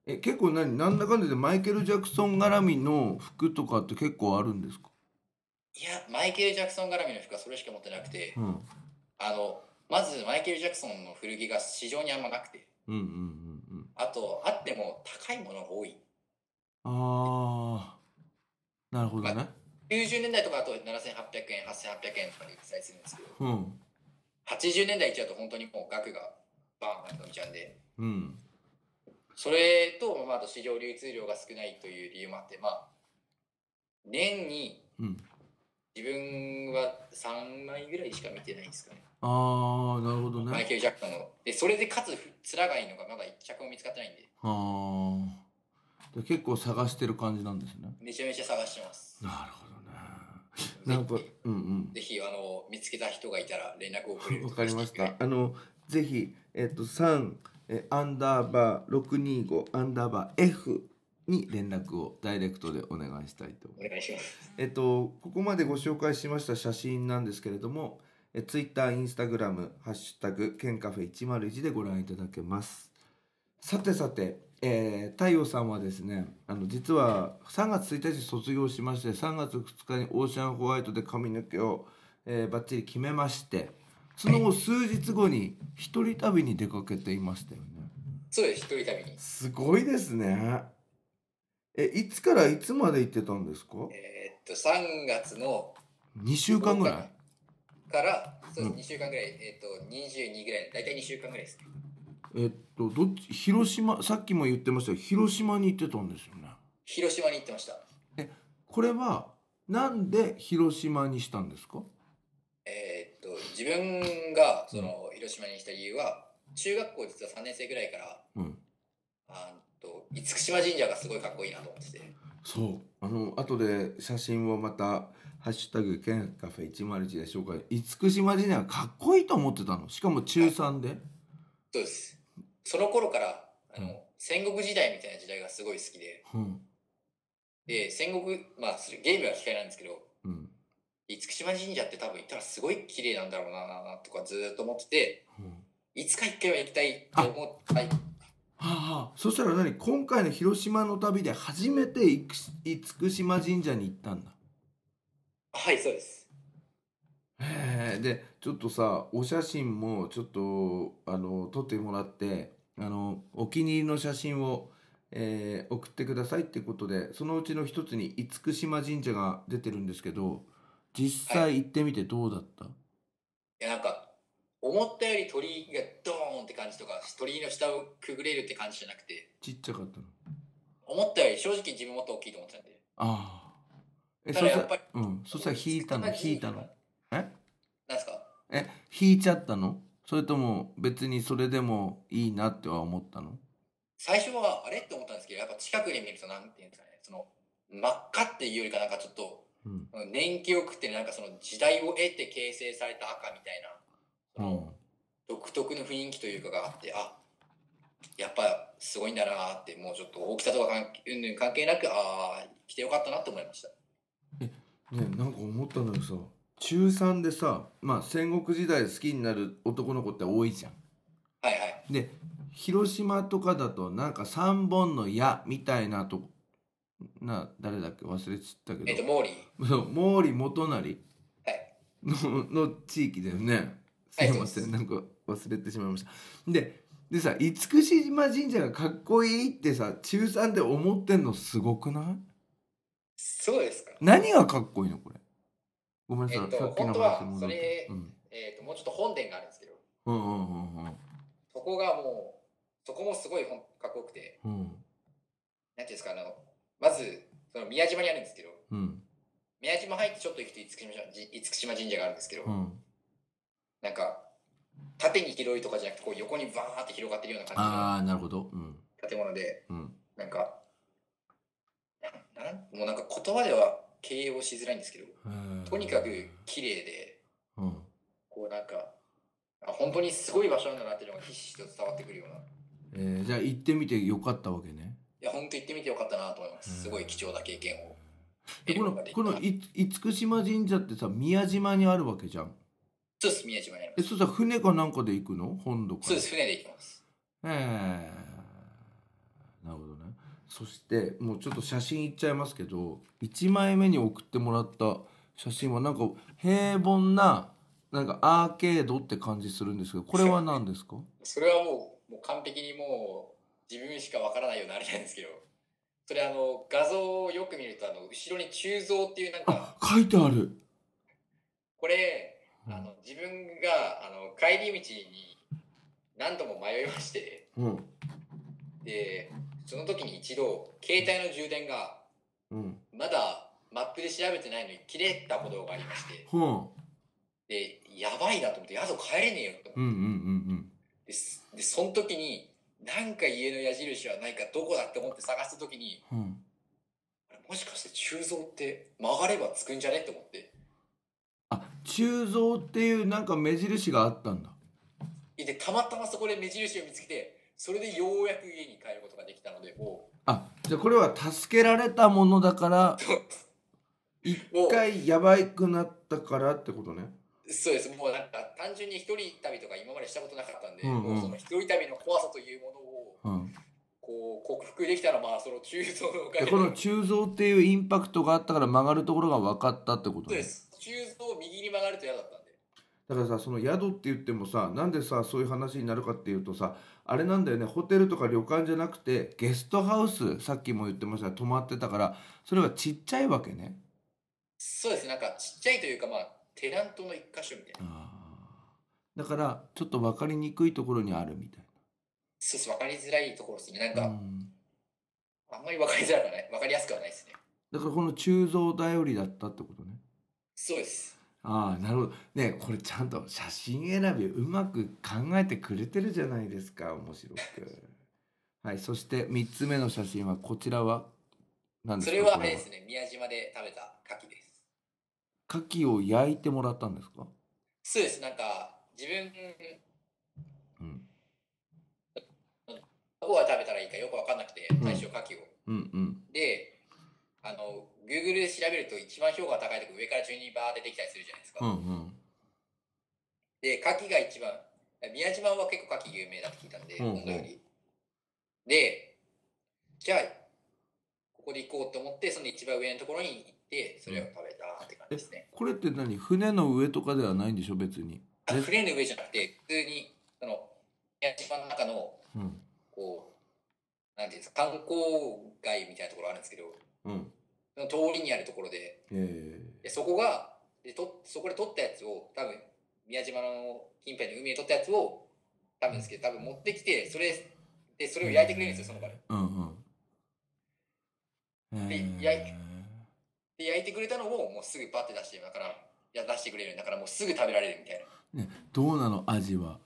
S2: え結構何なんだかんだでマイケル・ジャクソン絡みの服とかって結構あるんですか
S3: いや、マイケル・ジャクソン絡みの服はそれしか持ってなくて、
S2: うん
S3: あの、まずマイケル・ジャクソンの古着が市場にあんまなくて、
S2: うんうんうんうん
S3: あと、あっても高いものが多い。
S2: ああなるほどね
S3: 90年代とかだと7800円、8800円とかで記載するんですけど、
S2: うん
S3: 80年代行っちゃうと本当にもう額がバーンと伸びちゃうんで、
S2: うん
S3: それと、まあ、あと市場流通量が少ないという理由もあって、まあ、年に
S2: うん
S3: 自分は3枚ぐらいしか見てないんですかね。
S2: ああなるほど
S3: マイ
S2: ね
S3: ケル・ジャクソンの。で、それでかつ、つらがいいのがまだ一着も見つかってないんで、
S2: あーで結構探してる感じなんですね
S3: めちゃめちゃ探してます。
S2: なるほどねなんか
S3: ぜひ
S2: うんうん
S3: ぜひ、あの、見つけた人がいたら連絡をくれると
S2: わかりました。あのぜひえっと三えアンダーバー六二五アンダーバー F に連絡をダイレクトでお願いしたいと思います。
S3: お願いします。
S2: えっとここまでご紹介しました写真なんですけれども、えツイッター、インスタグラムハッシュタグケンカフェ101でご覧いただけます。さてさて、えー、太陽さんはですね、あの実は3月1日卒業しまして、3月2日にオーシャンホワイトで髪の毛を、えー、バッチリ決めまして、その後数日後に一人旅に出かけていましたよね。
S3: そうです、一人旅に。
S2: すごいですね。えいつからいつまで行ってたんですか
S3: えーっと、3月の
S2: 2週間ぐらい
S3: から、そううん2週間ぐらい、えーっと、22ぐらい、大体2週間ぐらいですね。
S2: えっとどっち広島さっきも言ってましたけど広島に行ってたんですよね
S3: 広島に行ってました。
S2: これはなんで広島にしたんですか
S3: えーっと、自分がその広島にした理由は、中学校実は3年生ぐらいから、
S2: うん
S3: あーっと、厳島神社がすごいかっこいいなと思ってて、
S2: そうあの後で写真をまた「ハッシュタグ県カフェ101」で紹介厳島神社がかっこいいと思ってたのしかも中3で
S3: そうです。その頃から、あ
S2: うん
S3: の、戦国時代みたいな時代がすごい好きで、
S2: うん
S3: で、戦国、まあ、それゲームが機会なんですけど、
S2: うん
S3: 厳島神社って多分行ったらすごい綺麗なんだろうなとかずーっと思ってて、
S2: うん
S3: いつか一回は行きたいと思った。はい
S2: はあはあ、そしたら何今回の広島の旅で初めていくし厳島神社に行ったんだ
S3: はい、そうです。
S2: へえでちょっとさお写真もちょっとあの撮ってもらってあのお気に入りの写真を、えー送ってくださいってことでそのうちの一つに厳島神社が出てるんですけど実
S3: は
S2: 際行ってみてどうだった、
S3: いや、なんか、思ったより鳥居がドーンって感じとか、鳥居の下をくぐれるって感じじゃなくて、
S2: ちっちゃかったの
S3: 思ったより正直自分もっと大きいと思ってたんで。
S2: ああえ
S3: た
S2: そ
S3: だ
S2: し
S3: や
S2: た
S3: っぱり
S2: ら、うん、そしたら引いたの
S3: 厳島
S2: 引い
S3: 神社
S2: たのえ
S3: なんですか
S2: え引いちゃったのそれとも別にそれでもいいなっては思ったの
S3: 最初はあれって思ったんですけど、やっぱ近くで見ると、なんていうんですかね、その、真っ赤っていうよりかなんかちょっと、
S2: うん、
S3: 年記憶ってなんかその時代を得て形成された赤みたいな、その独特の雰囲気というかがあってあやっぱすごいんだなーってもうちょっと大きさとか関係うんぬん関係なくああ来てよかったなと思いました
S2: ねなんか思ったんだけどさ中3でさまあ戦国時代好きになる男の子って多いじゃん。
S3: はいはい
S2: で広島とかだとなんか三本の矢みたいなとこな誰だっけ忘れちゃった
S3: え
S2: け
S3: っと
S2: ど、
S3: モーリー
S2: そう 毛利元就
S3: はい
S2: のの地域だよね。すいません、
S3: はい
S2: なんか忘れてしまいました。ででさ厳島神社がかっこいいってさ中3で思ってんのすごくない
S3: そうですか
S2: 何がかっこいいのこれごめんなさい、
S3: えっと
S2: さっきの
S3: 本当は
S2: 話に戻って
S3: それ
S2: うん
S3: えっともうちょっと本殿があるんですけど
S2: うんうんうん
S3: そこがもうそこもすごいほんかっこよくて
S2: うんうん
S3: なんていうんですかあのまずその宮島にあるんですけど
S2: うん
S3: 宮島入ってちょっと行くと厳島神厳島神社があるんですけど、
S2: うん
S3: なんか縦に広いとかじゃなくてこう横にバーって広がってるような感
S2: ああなるほどうん
S3: じの建物で
S2: うん
S3: なんか、ななんもうなんか言葉では形容しづらいんですけど、
S2: へー
S3: とにかく綺麗で、
S2: うん
S3: こうなんか、あ本当にすごい場所なんだなっていうのがひしひしと伝わってくるような。い
S2: えーじゃあ行ってみてよかったわけね
S3: や、本当行ってみてよかったなと思います。すごい貴重な経験を
S2: で
S3: 得
S2: こ
S3: るこ
S2: の
S3: とがで
S2: こ
S3: きた。
S2: のい厳島神社ってさ宮島にあるわけじゃん
S3: そうです、宮島にあり
S2: え
S3: ます。
S2: そうさ船かなんかで行くの本土から
S3: そうです、船で行きます。
S2: えーなるほどねそしてもうちょっと写真いっちゃいますけど1枚目に送ってもらった写真はなんか平凡ななんかアーケードって感じするんですけどこれは何ですか
S3: それはもう、もう完璧にもう自分しかわからないようなあれなんですけど、それあの、画像をよく見ると、あの、後ろに鋳造っていうなんか、
S2: あ書いてある
S3: これ、
S2: うん
S3: あの自分があの帰り道に何度も迷いまして
S2: うん
S3: でその時に一度携帯の充電が
S2: うん
S3: まだマップで調べてないのに切れたことがありまして
S2: ほん
S3: でやばいなと思って宿帰れねえよと
S2: う
S3: 思って
S2: んうんうん
S3: ですでその時になんか家の矢印はないかどこだって思って探した時に
S2: うんうん
S3: あれもしかして鋳造って曲がればつくんじゃねって思って
S2: あ鋳造っていうなんか目印があったんだ
S3: でたまたまそこで目印を見つけてそれでようやく家に帰ることができたのでも
S2: あじゃあこれは助けられたものだから
S3: う
S2: 一
S3: もう
S2: 回やばいくなったからってことね
S3: そうです、もうなんか単純に一人旅とか今までしたことなかったんで、
S2: うんうん
S3: もうその一人旅の怖さというものを
S2: うん
S3: こう克服できたのは、まあ、その中層のおかげ
S2: で
S3: で。
S2: この鋳造っていうインパクトがあったから曲がるところが分かったってこと
S3: そう
S2: ね
S3: です、中層を右に曲がると嫌だったんで、
S2: だからさその宿って言ってもさなんでさそういう話になるかっていうとさあれなんだよねホテルとか旅館じゃなくてゲストハウスさっきも言ってましたが泊まってたからそれがちっちゃいわけね。
S3: そうですねなんかちっちゃいというかまあテナントの一箇所みたいな
S2: だからちょっと分かりにくいところにあるみたい
S3: そうです分かりづらいところですねなん
S2: な。
S3: か、
S2: うん
S3: あんまり分かりづらくはない分かりやすくはないですね
S2: だからこの鋳造頼りだったってことね。
S3: そうです
S2: ああなるほどねこれちゃんと写真選びをうまく考えてくれてるじゃないですか面白 く。はいそして3つ目の写真はこちらは何です
S3: そ
S2: か
S3: れはあ
S2: こ
S3: れですね宮島で食べた牡蠣です
S2: 牡蠣を焼いてもらったんですか、
S3: そうですなんか自分
S2: うん、
S3: どこが食べたらいいかよく分かんなくて
S2: ん
S3: 最初牡蠣を、
S2: うんうん
S3: であの Google で調べると一番評価が高いとこ上から順にバーって出てきたりするじゃないですか、
S2: うんうん
S3: で牡蠣が一番宮島は結構牡蠣有名だって聞いたんで、
S2: うんうん
S3: 本土よりでじゃあここで行こうと思ってその一番上のところに行ってそれを食べたって感じですね、
S2: これって何船の上とかではないんでしょ別に。
S3: あ
S2: え
S3: 船の上じゃなくて普通にその宮島の中の
S2: うん
S3: こうなんていうんですか観光街みたいなところあるんですけど
S2: うん
S3: その通りにあるところで
S2: え
S3: でそこがでとそこで取ったやつを多分宮島の近辺の海で取ったやつを多分ですけど多分持ってきてそれでそれを焼いてくれるんですよその場で
S2: ー、うんうん。
S3: で焼いで焼いてくれたのをもうすぐバッて出してだからいや出してくれるんだからもうすぐ食べられるみたいな
S2: どうなの味は。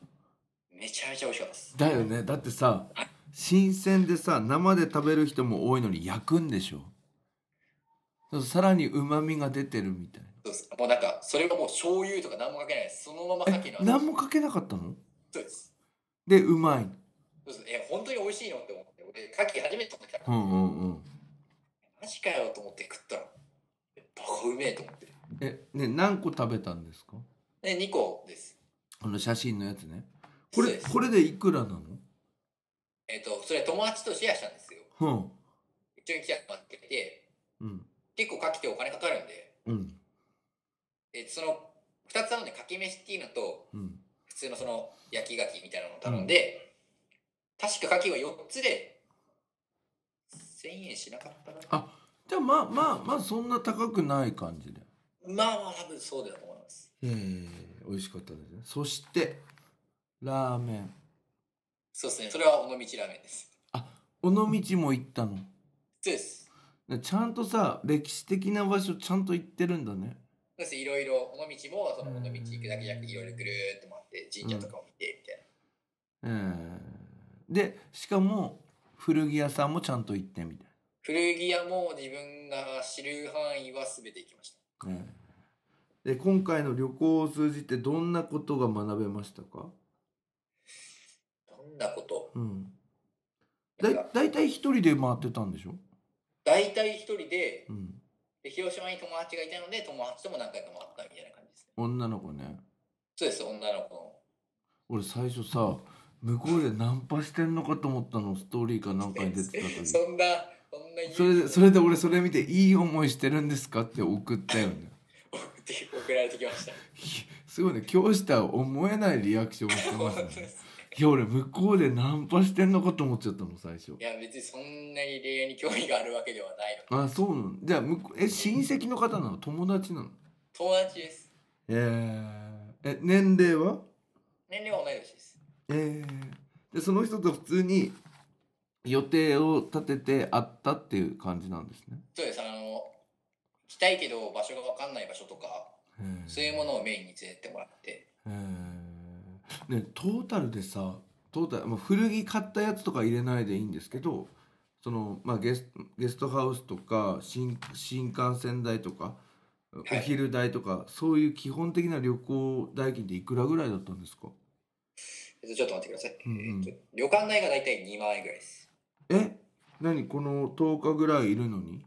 S3: めちゃめちゃ美味しかったです
S2: だよねだってさ新鮮でさ生で食べる人も多いのに焼くんでしょそうさらにうまみが出てるみたい
S3: そうですもうなんかそれはもう醤油とか何もかけないですそのまま
S2: な
S3: 牡蠣の
S2: え何もかけなかったの
S3: そうです
S2: でうまい
S3: そうですえ本当に美味しいのって思って俺牡蠣初めて食べたか
S2: う
S3: ら
S2: んうんうん
S3: マジかよと思って食ったらえバカうめえと思って
S2: えね何個食べたんですか
S3: で2個です
S2: この写真のやつねこ
S3: そう
S2: れ
S3: です
S2: これでいくらなの
S3: えっ、と、それは友達とシェアしたんですよ。
S2: うん
S3: 一緒に来た友達がいて、
S2: うん
S3: 結構牡蠣ってお金かかるんで、
S2: うん
S3: えその、二つあるんで、牡蠣飯っていうのと、
S2: うん
S3: 普通のその、焼き牡蠣みたいなのを頼んで、確か牡蠣は4つで、1000円しなかったかな。
S2: あじゃあまあまあまあそんな高くない感じで
S3: まあまあ、多分そうだと思います。
S2: へえ美味しかったですねそしてラーメン
S3: そうですね、それは尾道ラーメンです。
S2: 尾道も行ったの
S3: そうです。
S2: ねちゃんとさ歴史的な場所ちゃんと行ってるんだね
S3: そうです、いろいろ、尾道も、その尾道行くだけじゃなくて、いろいろぐるーっと回って、神社とかを見て、みたいな。
S2: えーでしかも古着屋さんもちゃんと行ってみたい
S3: 古着屋も自分が知る範囲は全て行きました。
S2: な、えーで今回の旅行を通じてどんなことが学べましたか、
S3: どんなこと
S2: うん、だ
S3: なん
S2: い
S3: か
S2: だいたい一人で回ってたんでしょ、
S3: 大体一人で
S2: うん、
S3: で広島に友達がいたので友達とも何回か回ったみたいな感じですね
S2: 女の子ね
S3: そうです女の子の
S2: 俺最初さ向こうでナンパしてんのかと思ったのストーリーかなんかに出てた時
S3: そんなそんな
S2: それでそ
S3: れ
S2: れで俺それ見ていい思いしてるんですかって送ったよね
S3: 送られてきました
S2: すごいね今日したは思えないリアクションをしてま
S3: 本
S2: し
S3: 当
S2: た
S3: で
S2: ね
S3: す
S2: いや俺向こうでナンパしてんのかと思っちゃったの最初
S3: いや別にそんなに恋愛に興味があるわけではないの
S2: あそうなのじゃあ向こうえ親戚の方なの友達なの
S3: 友達です
S2: えー、え年齢は
S3: 年齢は同い年です
S2: えー、でその人と普通に予定を立てて会ったっていう感じなんですね、
S3: そうですあの来たいけど場所が分かんない場所とか
S2: えー
S3: そういうものをメインに連れてってもらって
S2: えーねトータルでさトータル、まあ、古着買ったやつとか入れないでいいんですけどその、まあ、ゲスゲストハウスとか新新幹線代とかお
S3: い
S2: 昼代とか、そういう基本的な旅行代金っていくらぐらいだったんですか
S3: えっとちょっと待ってください、
S2: うんうん
S3: えっと旅館代が大体2万円ぐらいです
S2: え何この10日ぐらいいるのに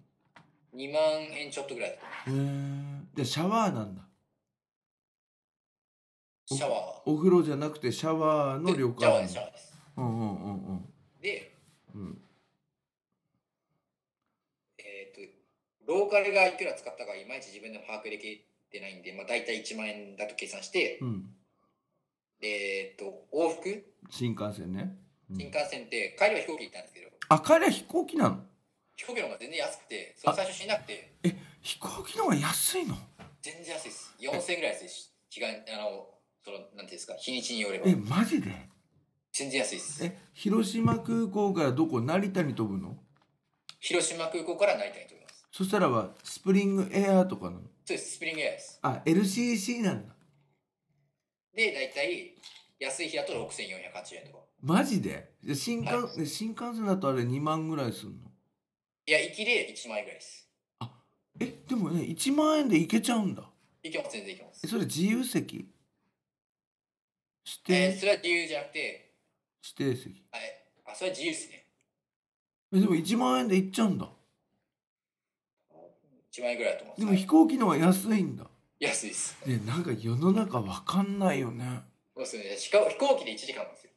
S3: 2万円ちょっとぐらいだと思います
S2: へえでシャワーなんだ
S3: シャワーは
S2: お風呂じゃなくてシャワーの旅
S3: シャワーで
S2: 館
S3: すシャワーです
S2: うんうんうんうん
S3: で
S2: うん
S3: えっ、とローカルがいくら使ったかいまいち自分でも把握できってないんで、まあ、大体1万円だと計算して、
S2: うん、
S3: でえっと往復
S2: 新幹線ね、うん
S3: 新幹線で帰りは飛行機行ったんですけど
S2: あ彼は飛行機なの
S3: 飛行機の方が全然安くてそれ最初しなくて
S2: 飛行機の方が安いの
S3: 全然安いです4000円ぐらい安いです日があのそのなんていうんですか日にちによれば
S2: えマジで
S3: 全然安いです
S2: え広島空港からどこ成田に飛ぶの
S3: 広島空港から成田に飛びます
S2: そしたらはスプリングエアーとかなの
S3: そうですスプリングエアです
S2: あ LCC なんだ
S3: で大体安い日だと6480円とか
S2: マジでで新幹、
S3: は
S2: え新幹線だとあれ2万ぐらいするの
S3: いや行きで1万円ぐらいです
S2: えでもね1万円で行けちゃうんだ
S3: 行きます全然行きます
S2: えそれ自由席指定、
S3: えーそれは自由じゃなくて
S2: 指定席
S3: あえあそれは自由ですね
S2: えでも1万円で行っちゃうんだ
S3: 1万円ぐらいだと思
S2: で
S3: い
S2: も
S3: ます
S2: 飛行機の方が安いんだ
S3: 安いです
S2: ねなんか世の中わかんないよね
S3: そうですねしかも飛行機で1時間なんですよ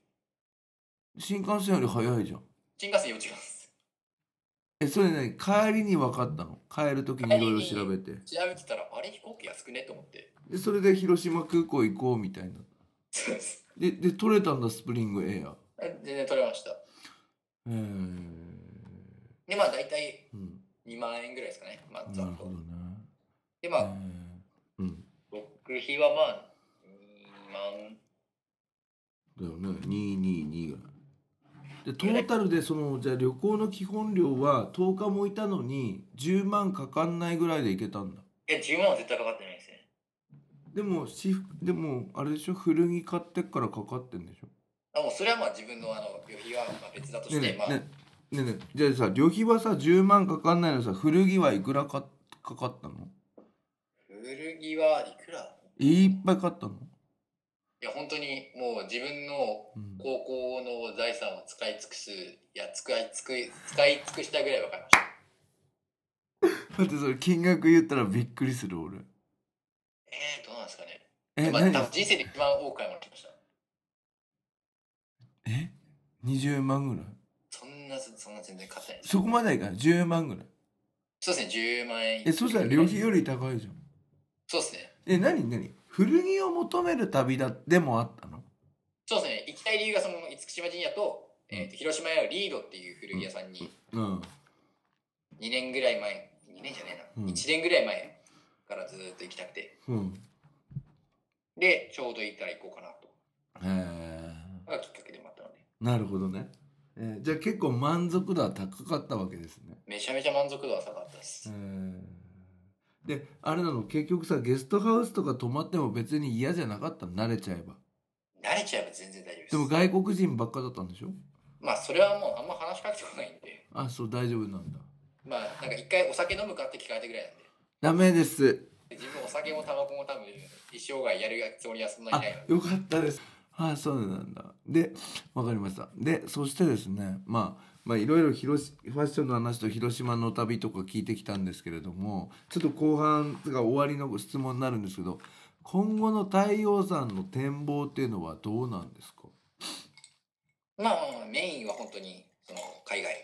S2: 新幹線より早いじゃん
S3: 新幹線4時間です
S2: えそれね帰りに分かったの帰る時にいろいろ調べて
S3: 調べてたらあれ飛行機安くねと思って
S2: でそれで広島空港行こうみたいな
S3: そうです
S2: でで取れたんだスプリングエア
S3: 全然取れました
S2: へえ
S3: でまあ大体
S2: うん
S3: 2万円ぐらいですかねまあざ
S2: な
S3: っ
S2: るほ
S3: と
S2: どね
S3: で
S2: へ
S3: まあ
S2: えうん
S3: 僕費はまあ2万
S2: だよね222ぐらいでトータルでそのじゃあ旅行の基本料は10日もいたのに10万かかんないぐらいで行けたんだ
S3: いや10万は絶対かかってないですね
S2: でも私服でもあれでしょ古着買ってっからかかってんでしょ
S3: あもうそれはまあ自分のあの旅費はまあ別だとして、
S2: ねえね
S3: まあ、
S2: えねえねえねえじゃあさ旅費はさ10万かかんないのにさ古着はいくらかかかったの
S3: 古着はいくら
S2: いっぱい買ったの、
S3: いや本当にもう自分の
S2: うん、
S3: 高校の財産を使い尽くすいや使い尽く使い尽くしたぐらい分かりました
S2: だってそれ金額言ったらびっくりする俺
S3: えー、どうなんですかね
S2: え
S3: まあ、
S2: 何
S3: 多分人生で一番多く買い物しました
S2: え20万ぐらい
S3: そんなそんな全然買ってないです
S2: そこまではいかない10万ぐらい
S3: そうですね10万円
S2: えそしたら旅費より高いじゃん
S3: そうですね
S2: え何何古着を求める旅だでもあったの
S3: そうですね行きたい理由がその厳島神社と,、えーと広島屋のリードっていう古着屋さんに
S2: うん
S3: 2年ぐらい前2年じゃねえな、
S2: うん
S3: 1年ぐらい前からずーっと行きたくて
S2: うん
S3: でちょうどいいから行こうかなと
S2: へえ
S3: がきっかけでもあったので
S2: なるほどね、えーじゃあ結構満足度は高かったわけですね
S3: めちゃめちゃ満足度は高かったです、
S2: えーであれなの結局さゲストハウスとか泊まっても別に嫌じゃなかったの慣れちゃえば
S3: 慣れちゃえば全然大丈夫です
S2: でも外国人ばっかだったんでしょ
S3: まあそれはもうあんま話しかけてこないんで
S2: あそう大丈夫なんだ
S3: まあなんか一回お酒飲むかって聞かれたぐらいなんで
S2: ダメです
S3: で自分お酒もタバコも多分一生涯やるつもりはそんなに
S2: あ
S3: ないので
S2: よかったですあそうなんだでわかりましたでそしてですねまあまあいろいろ広しファッションの話と広島の旅とか聞いてきたんですけれどもちょっと後半が終わりの質問になるんですけど今後の太陽山の展望っていうのはどうなんですか
S3: まあまあまあメインは本当にその海外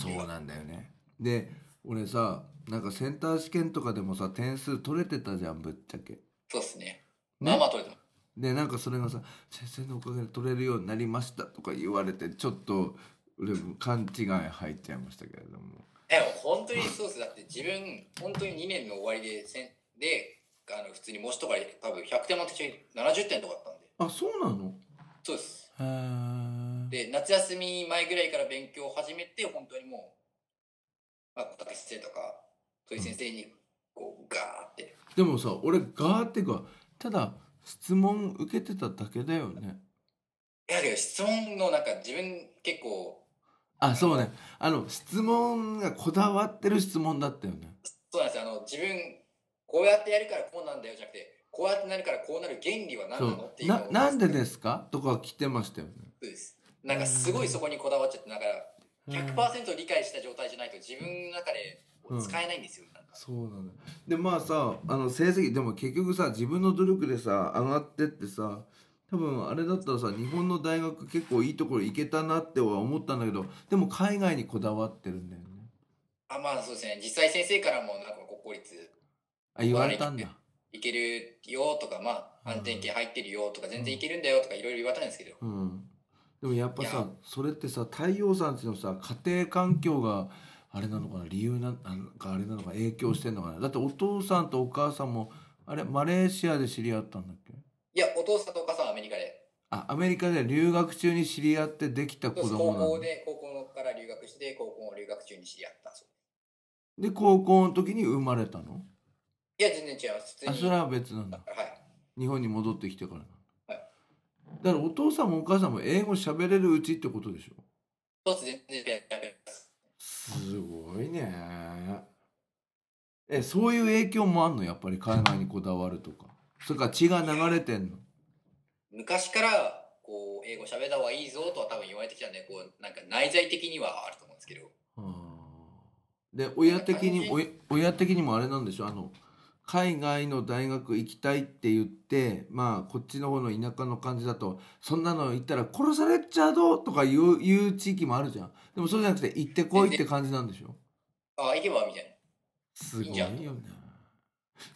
S2: そうなんだよねで俺さなんかセンター試験とかでもさ点数取れてたじゃんぶっちゃけ、ね
S3: そうですねまあまあ取れてます
S2: でなんかそれがさ「先生のおかげで取れるようになりました」とか言われてちょっと俺も勘違い入っちゃいましたけれども
S3: えもう本当にそうですだって自分本当に2年の終わりでせんであの普通に模試とかで多分100点満点中70点とかだったんで
S2: あそうなの
S3: そうです
S2: へえ
S3: で夏休み前ぐらいから勉強を始めて本当にもう、まあ、小竹先生とかそういう先生にこうガーって
S2: でもさ俺ガーっていうかただ質問受けてただけだよね
S3: いやだけど質問のなんか自分結構
S2: あそうねあの質問がこだわってる質問だったよね
S3: そうなんですよあの自分こうやってやるからこうなんだよじゃなくてこうやってなるからこうなる原理は何
S2: そ
S3: なのっ
S2: う
S3: ていうの
S2: な
S3: を
S2: なんでですかとか来てましたよね
S3: そうですなんかすごいそこにこだわっちゃってだから100%理解した状態じゃないと自分の中で使えないんですよ、なんか
S2: そうなのよでまあさあの成績でも結局さ自分の努力でさ上がってってさ多分あれだったらさ日本の大学結構いいところ行けたなっては思ったんだけどでも海外にこだわってるんだよね
S3: あまあそうですね実際先生からもなんか国公立
S2: あ言われたんだ
S3: いけるよとか、まあ、安定系入ってるよとか、全然いけるんだよとか、いろいろ言われたんですけど、
S2: うん、でもやっぱ
S3: いや
S2: さそれってさ太陽さんちのさ家庭環境があれなのかな理由ななんかあれなのか影響してんのかなだってお父さんとお母さんもあれマレーシアで知り合ったんだっけ
S3: いや、お父さんとお母さんはアメリカで、
S2: あアメリカで留学中に知り合ってできた子
S3: そうです
S2: 供
S3: 高
S2: なの
S3: 校で、高校から留学して、高校を留学中に知り合った。そう
S2: で高校の時に生まれたの
S3: いや、全然違います。普通
S2: あ
S3: に。
S2: それは別なん
S3: だ
S2: だ
S3: からはい。
S2: 日本に戻ってきてからなんだ、
S3: は
S2: だからお父さんもお母さんも英語喋れるうちってことでしょ
S3: 一つ全然やめます。
S2: すごいねえそういう影響もあんのやっぱり海外にこだわるとかそれから血が流れてんの
S3: 昔から、こう、英語喋った方がいいぞとは多分言われてきたんで、こう、なんか内在的にはあると思うんですけど、
S2: うんで親的におや親的にもあれなんでしょあの海外の大学行きたいって言ってまあこっちの方の田舎の感じだとそんなの行ったら殺されちゃうぞとかいういう地域もあるじゃんでもそうじゃなくて行ってこいって感じなんでしょ
S3: ああ、行けばみたいな。
S2: すごい
S3: いいじ
S2: よ
S3: ゃん
S2: ね。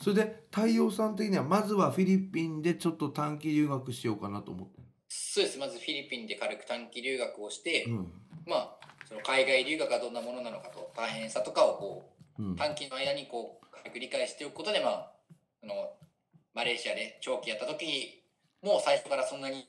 S2: それで太陽さん的にはまずはフィリピンでちょっと短期留学しようかなと思って
S3: そうです。まずフィリピンで軽く短期留学をして、
S2: る。うん。
S3: まあ、その海外留学がどんなものなのかと、大変さとかをこ
S2: うん
S3: う、。短期の間にこう、軽く理解しておくことで、まあ、その、マレーシアで長期やった時に、もう最初からそんなに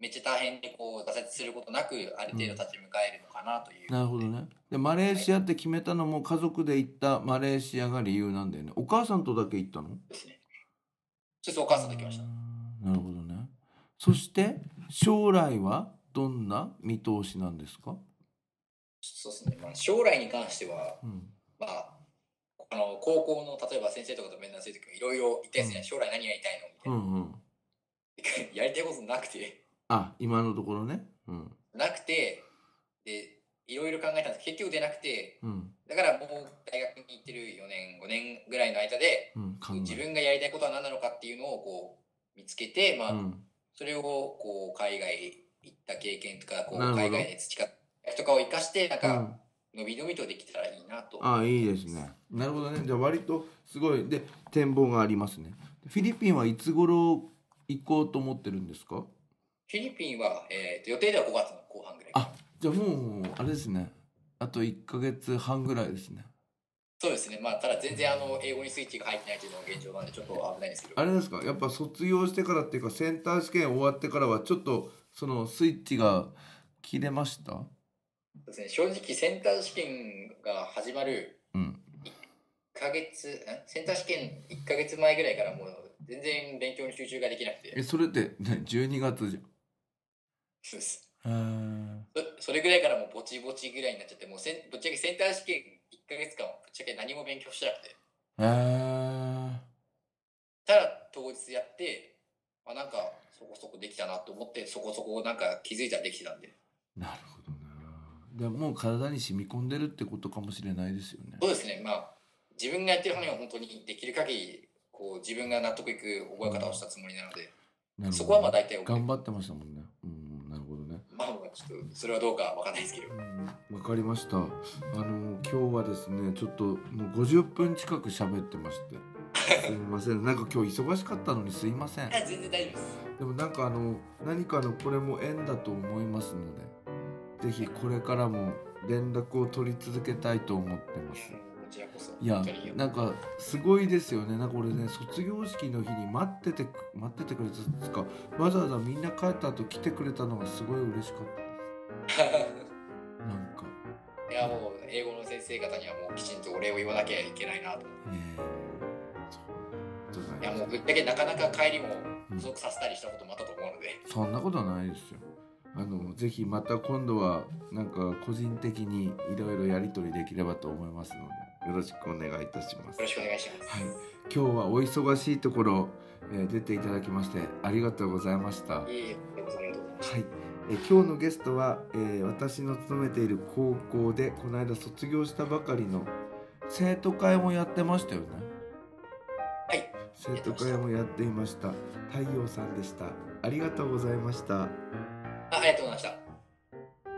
S3: めっちゃ大変でこう、挫折することなく、ある程度立ち向かえるのかなという。
S2: なるほどね。でマレーシアって決めたのも家族で行ったマレーシアが理由なんだよね。お母さんとだけ行ったの？
S3: ですね。そうです。お母さんと来ました。
S2: なるほどね。そして将来はどんな見通しなんですか？
S3: そうですね。まあ、将来に関しては、
S2: うん。
S3: まあ、あの高校の例えば先生とかと面談するときいろいろ言ったんですね、
S2: うん
S3: 将来何やりたいのみた
S2: う
S3: いな、
S2: んうん。
S3: やりたいことなくて、
S2: あ今のところね。うん
S3: なくて、で、いろいろ考えたんですけど、結局出なくて、
S2: うん
S3: だからもう大学に行ってる4年、5年ぐらいの間で、
S2: うん。考
S3: 自
S2: え。
S3: 分がやりたいことは何なのかっていうのをこう見つけて、まあ、
S2: うん。
S3: それをこう海外行った経験とか、こう
S2: なるほど
S3: 海外で培ったとかを生かして、なん
S2: うん
S3: か、伸び伸びとできたらいいなと。
S2: ああいいですね。なるほどね。じゃあ割とすごいで展望がありますね。フィリピンはいつ頃行こうと思ってるんですか？
S3: フィリピンは、えーと予定では5月の後半ぐらい。
S2: あじゃあもうあれですね。あと1ヶ月半ぐらいですね。
S3: そうですね、まあ、ただ全然あの英語にスイッチが入ってないというのが現状なんで、ちょっと危ないですけど、
S2: あれですか？やっぱ卒業してからっていうかセンター試験終わってからはちょっとそのスイッチが切れました？
S3: そうですね、正直、センター試験が始まる
S2: うん。
S3: 1ヶ月、んセンター試験1ヶ月前ぐらいから、もう全然勉強に集中ができなくて、
S2: えそれってね12月じゃん。
S3: そうです
S2: へー
S3: そそれぐらいからもうぼちぼちぐらいになっちゃって、もうせんぶっちゃけセンター試験1ヶ月間、ぶっちゃけ何も勉強してなくて、
S2: へー
S3: ただ当日やって、あなんかそこそこできたなと思って、そこそこなんか気づいたらできてたんで、
S2: なるほどね。でもう体に染み込んでるってことかもしれないですよね。
S3: そうですね、まあ、自分がやってる範囲は本当にできる限り、こう自分が納得いく覚え方をしたつもりなので、
S2: なるほど
S3: そこはまあ大体 OK
S2: 頑張ってましたもんね。うん、なるほどね。
S3: まあ、ちょっとそれはどうかわかんないですけど、
S2: わかりました。あの今日はですね、ちょっともう50分近く喋ってまして、すみません。なんか今日忙しかったのにすいません。
S3: あ全然大丈夫です。
S2: でもなんかあの何かのこれも縁だと思いますので、ぜひこれからも連絡を取り続けたいと思ってます。
S3: こちらこそ、
S2: いや
S3: 本当に
S2: なんかすごいですよねなんか俺ね卒業式の日に待ってて待っててくれたっつうかわざわざみんな帰った後来てくれたのがすごい嬉しかったなんか
S3: いや、もう英語の先生方にはもうきちんとお礼を言わなきゃいけないなと思って。
S2: ええそう
S3: い
S2: じゃな
S3: や
S2: い
S3: もうぶっちゃけなかなか帰りも不足させたりしたこともあったと思うので、
S2: そんなことはないですよあのぜひまた今度はなんか個人的にいろいろやり取りできればと思いますのでよろしくお願いいたします
S3: よろしくお願いします。
S2: はい今日はお忙しいところ、えー出ていただきましてありがとうございました
S3: いえいえ、こちらこそありがとうござ
S2: は
S3: いま
S2: い、えー今日のゲストは、えー私の勤めている高校でこの間卒業したばかりの生徒会もやってましたよね
S3: はい
S2: 生徒会もやっていました太陽さんでしたありがとうございました
S3: す。あありがとうございました。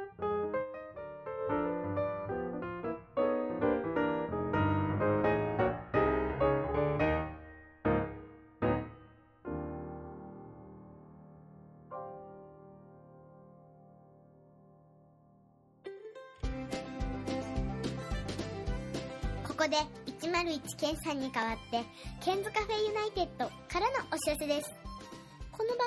S1: こで101ケンさんに代わってケンズカフェユナイテッドからのお知らせですこの番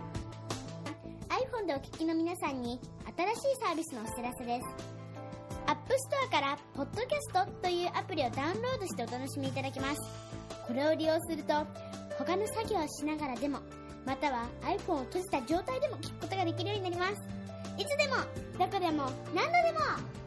S1: 「iPhone でお聞きの皆さんに新しいサービスのお知らせです App Store から「Podcast」というアプリをダウンロードしてお楽しみいただけますこれを利用すると他の作業をしながらでもまたは iPhone を閉じた状態でも聞くことができるようになりますいつでもどこでも何度でも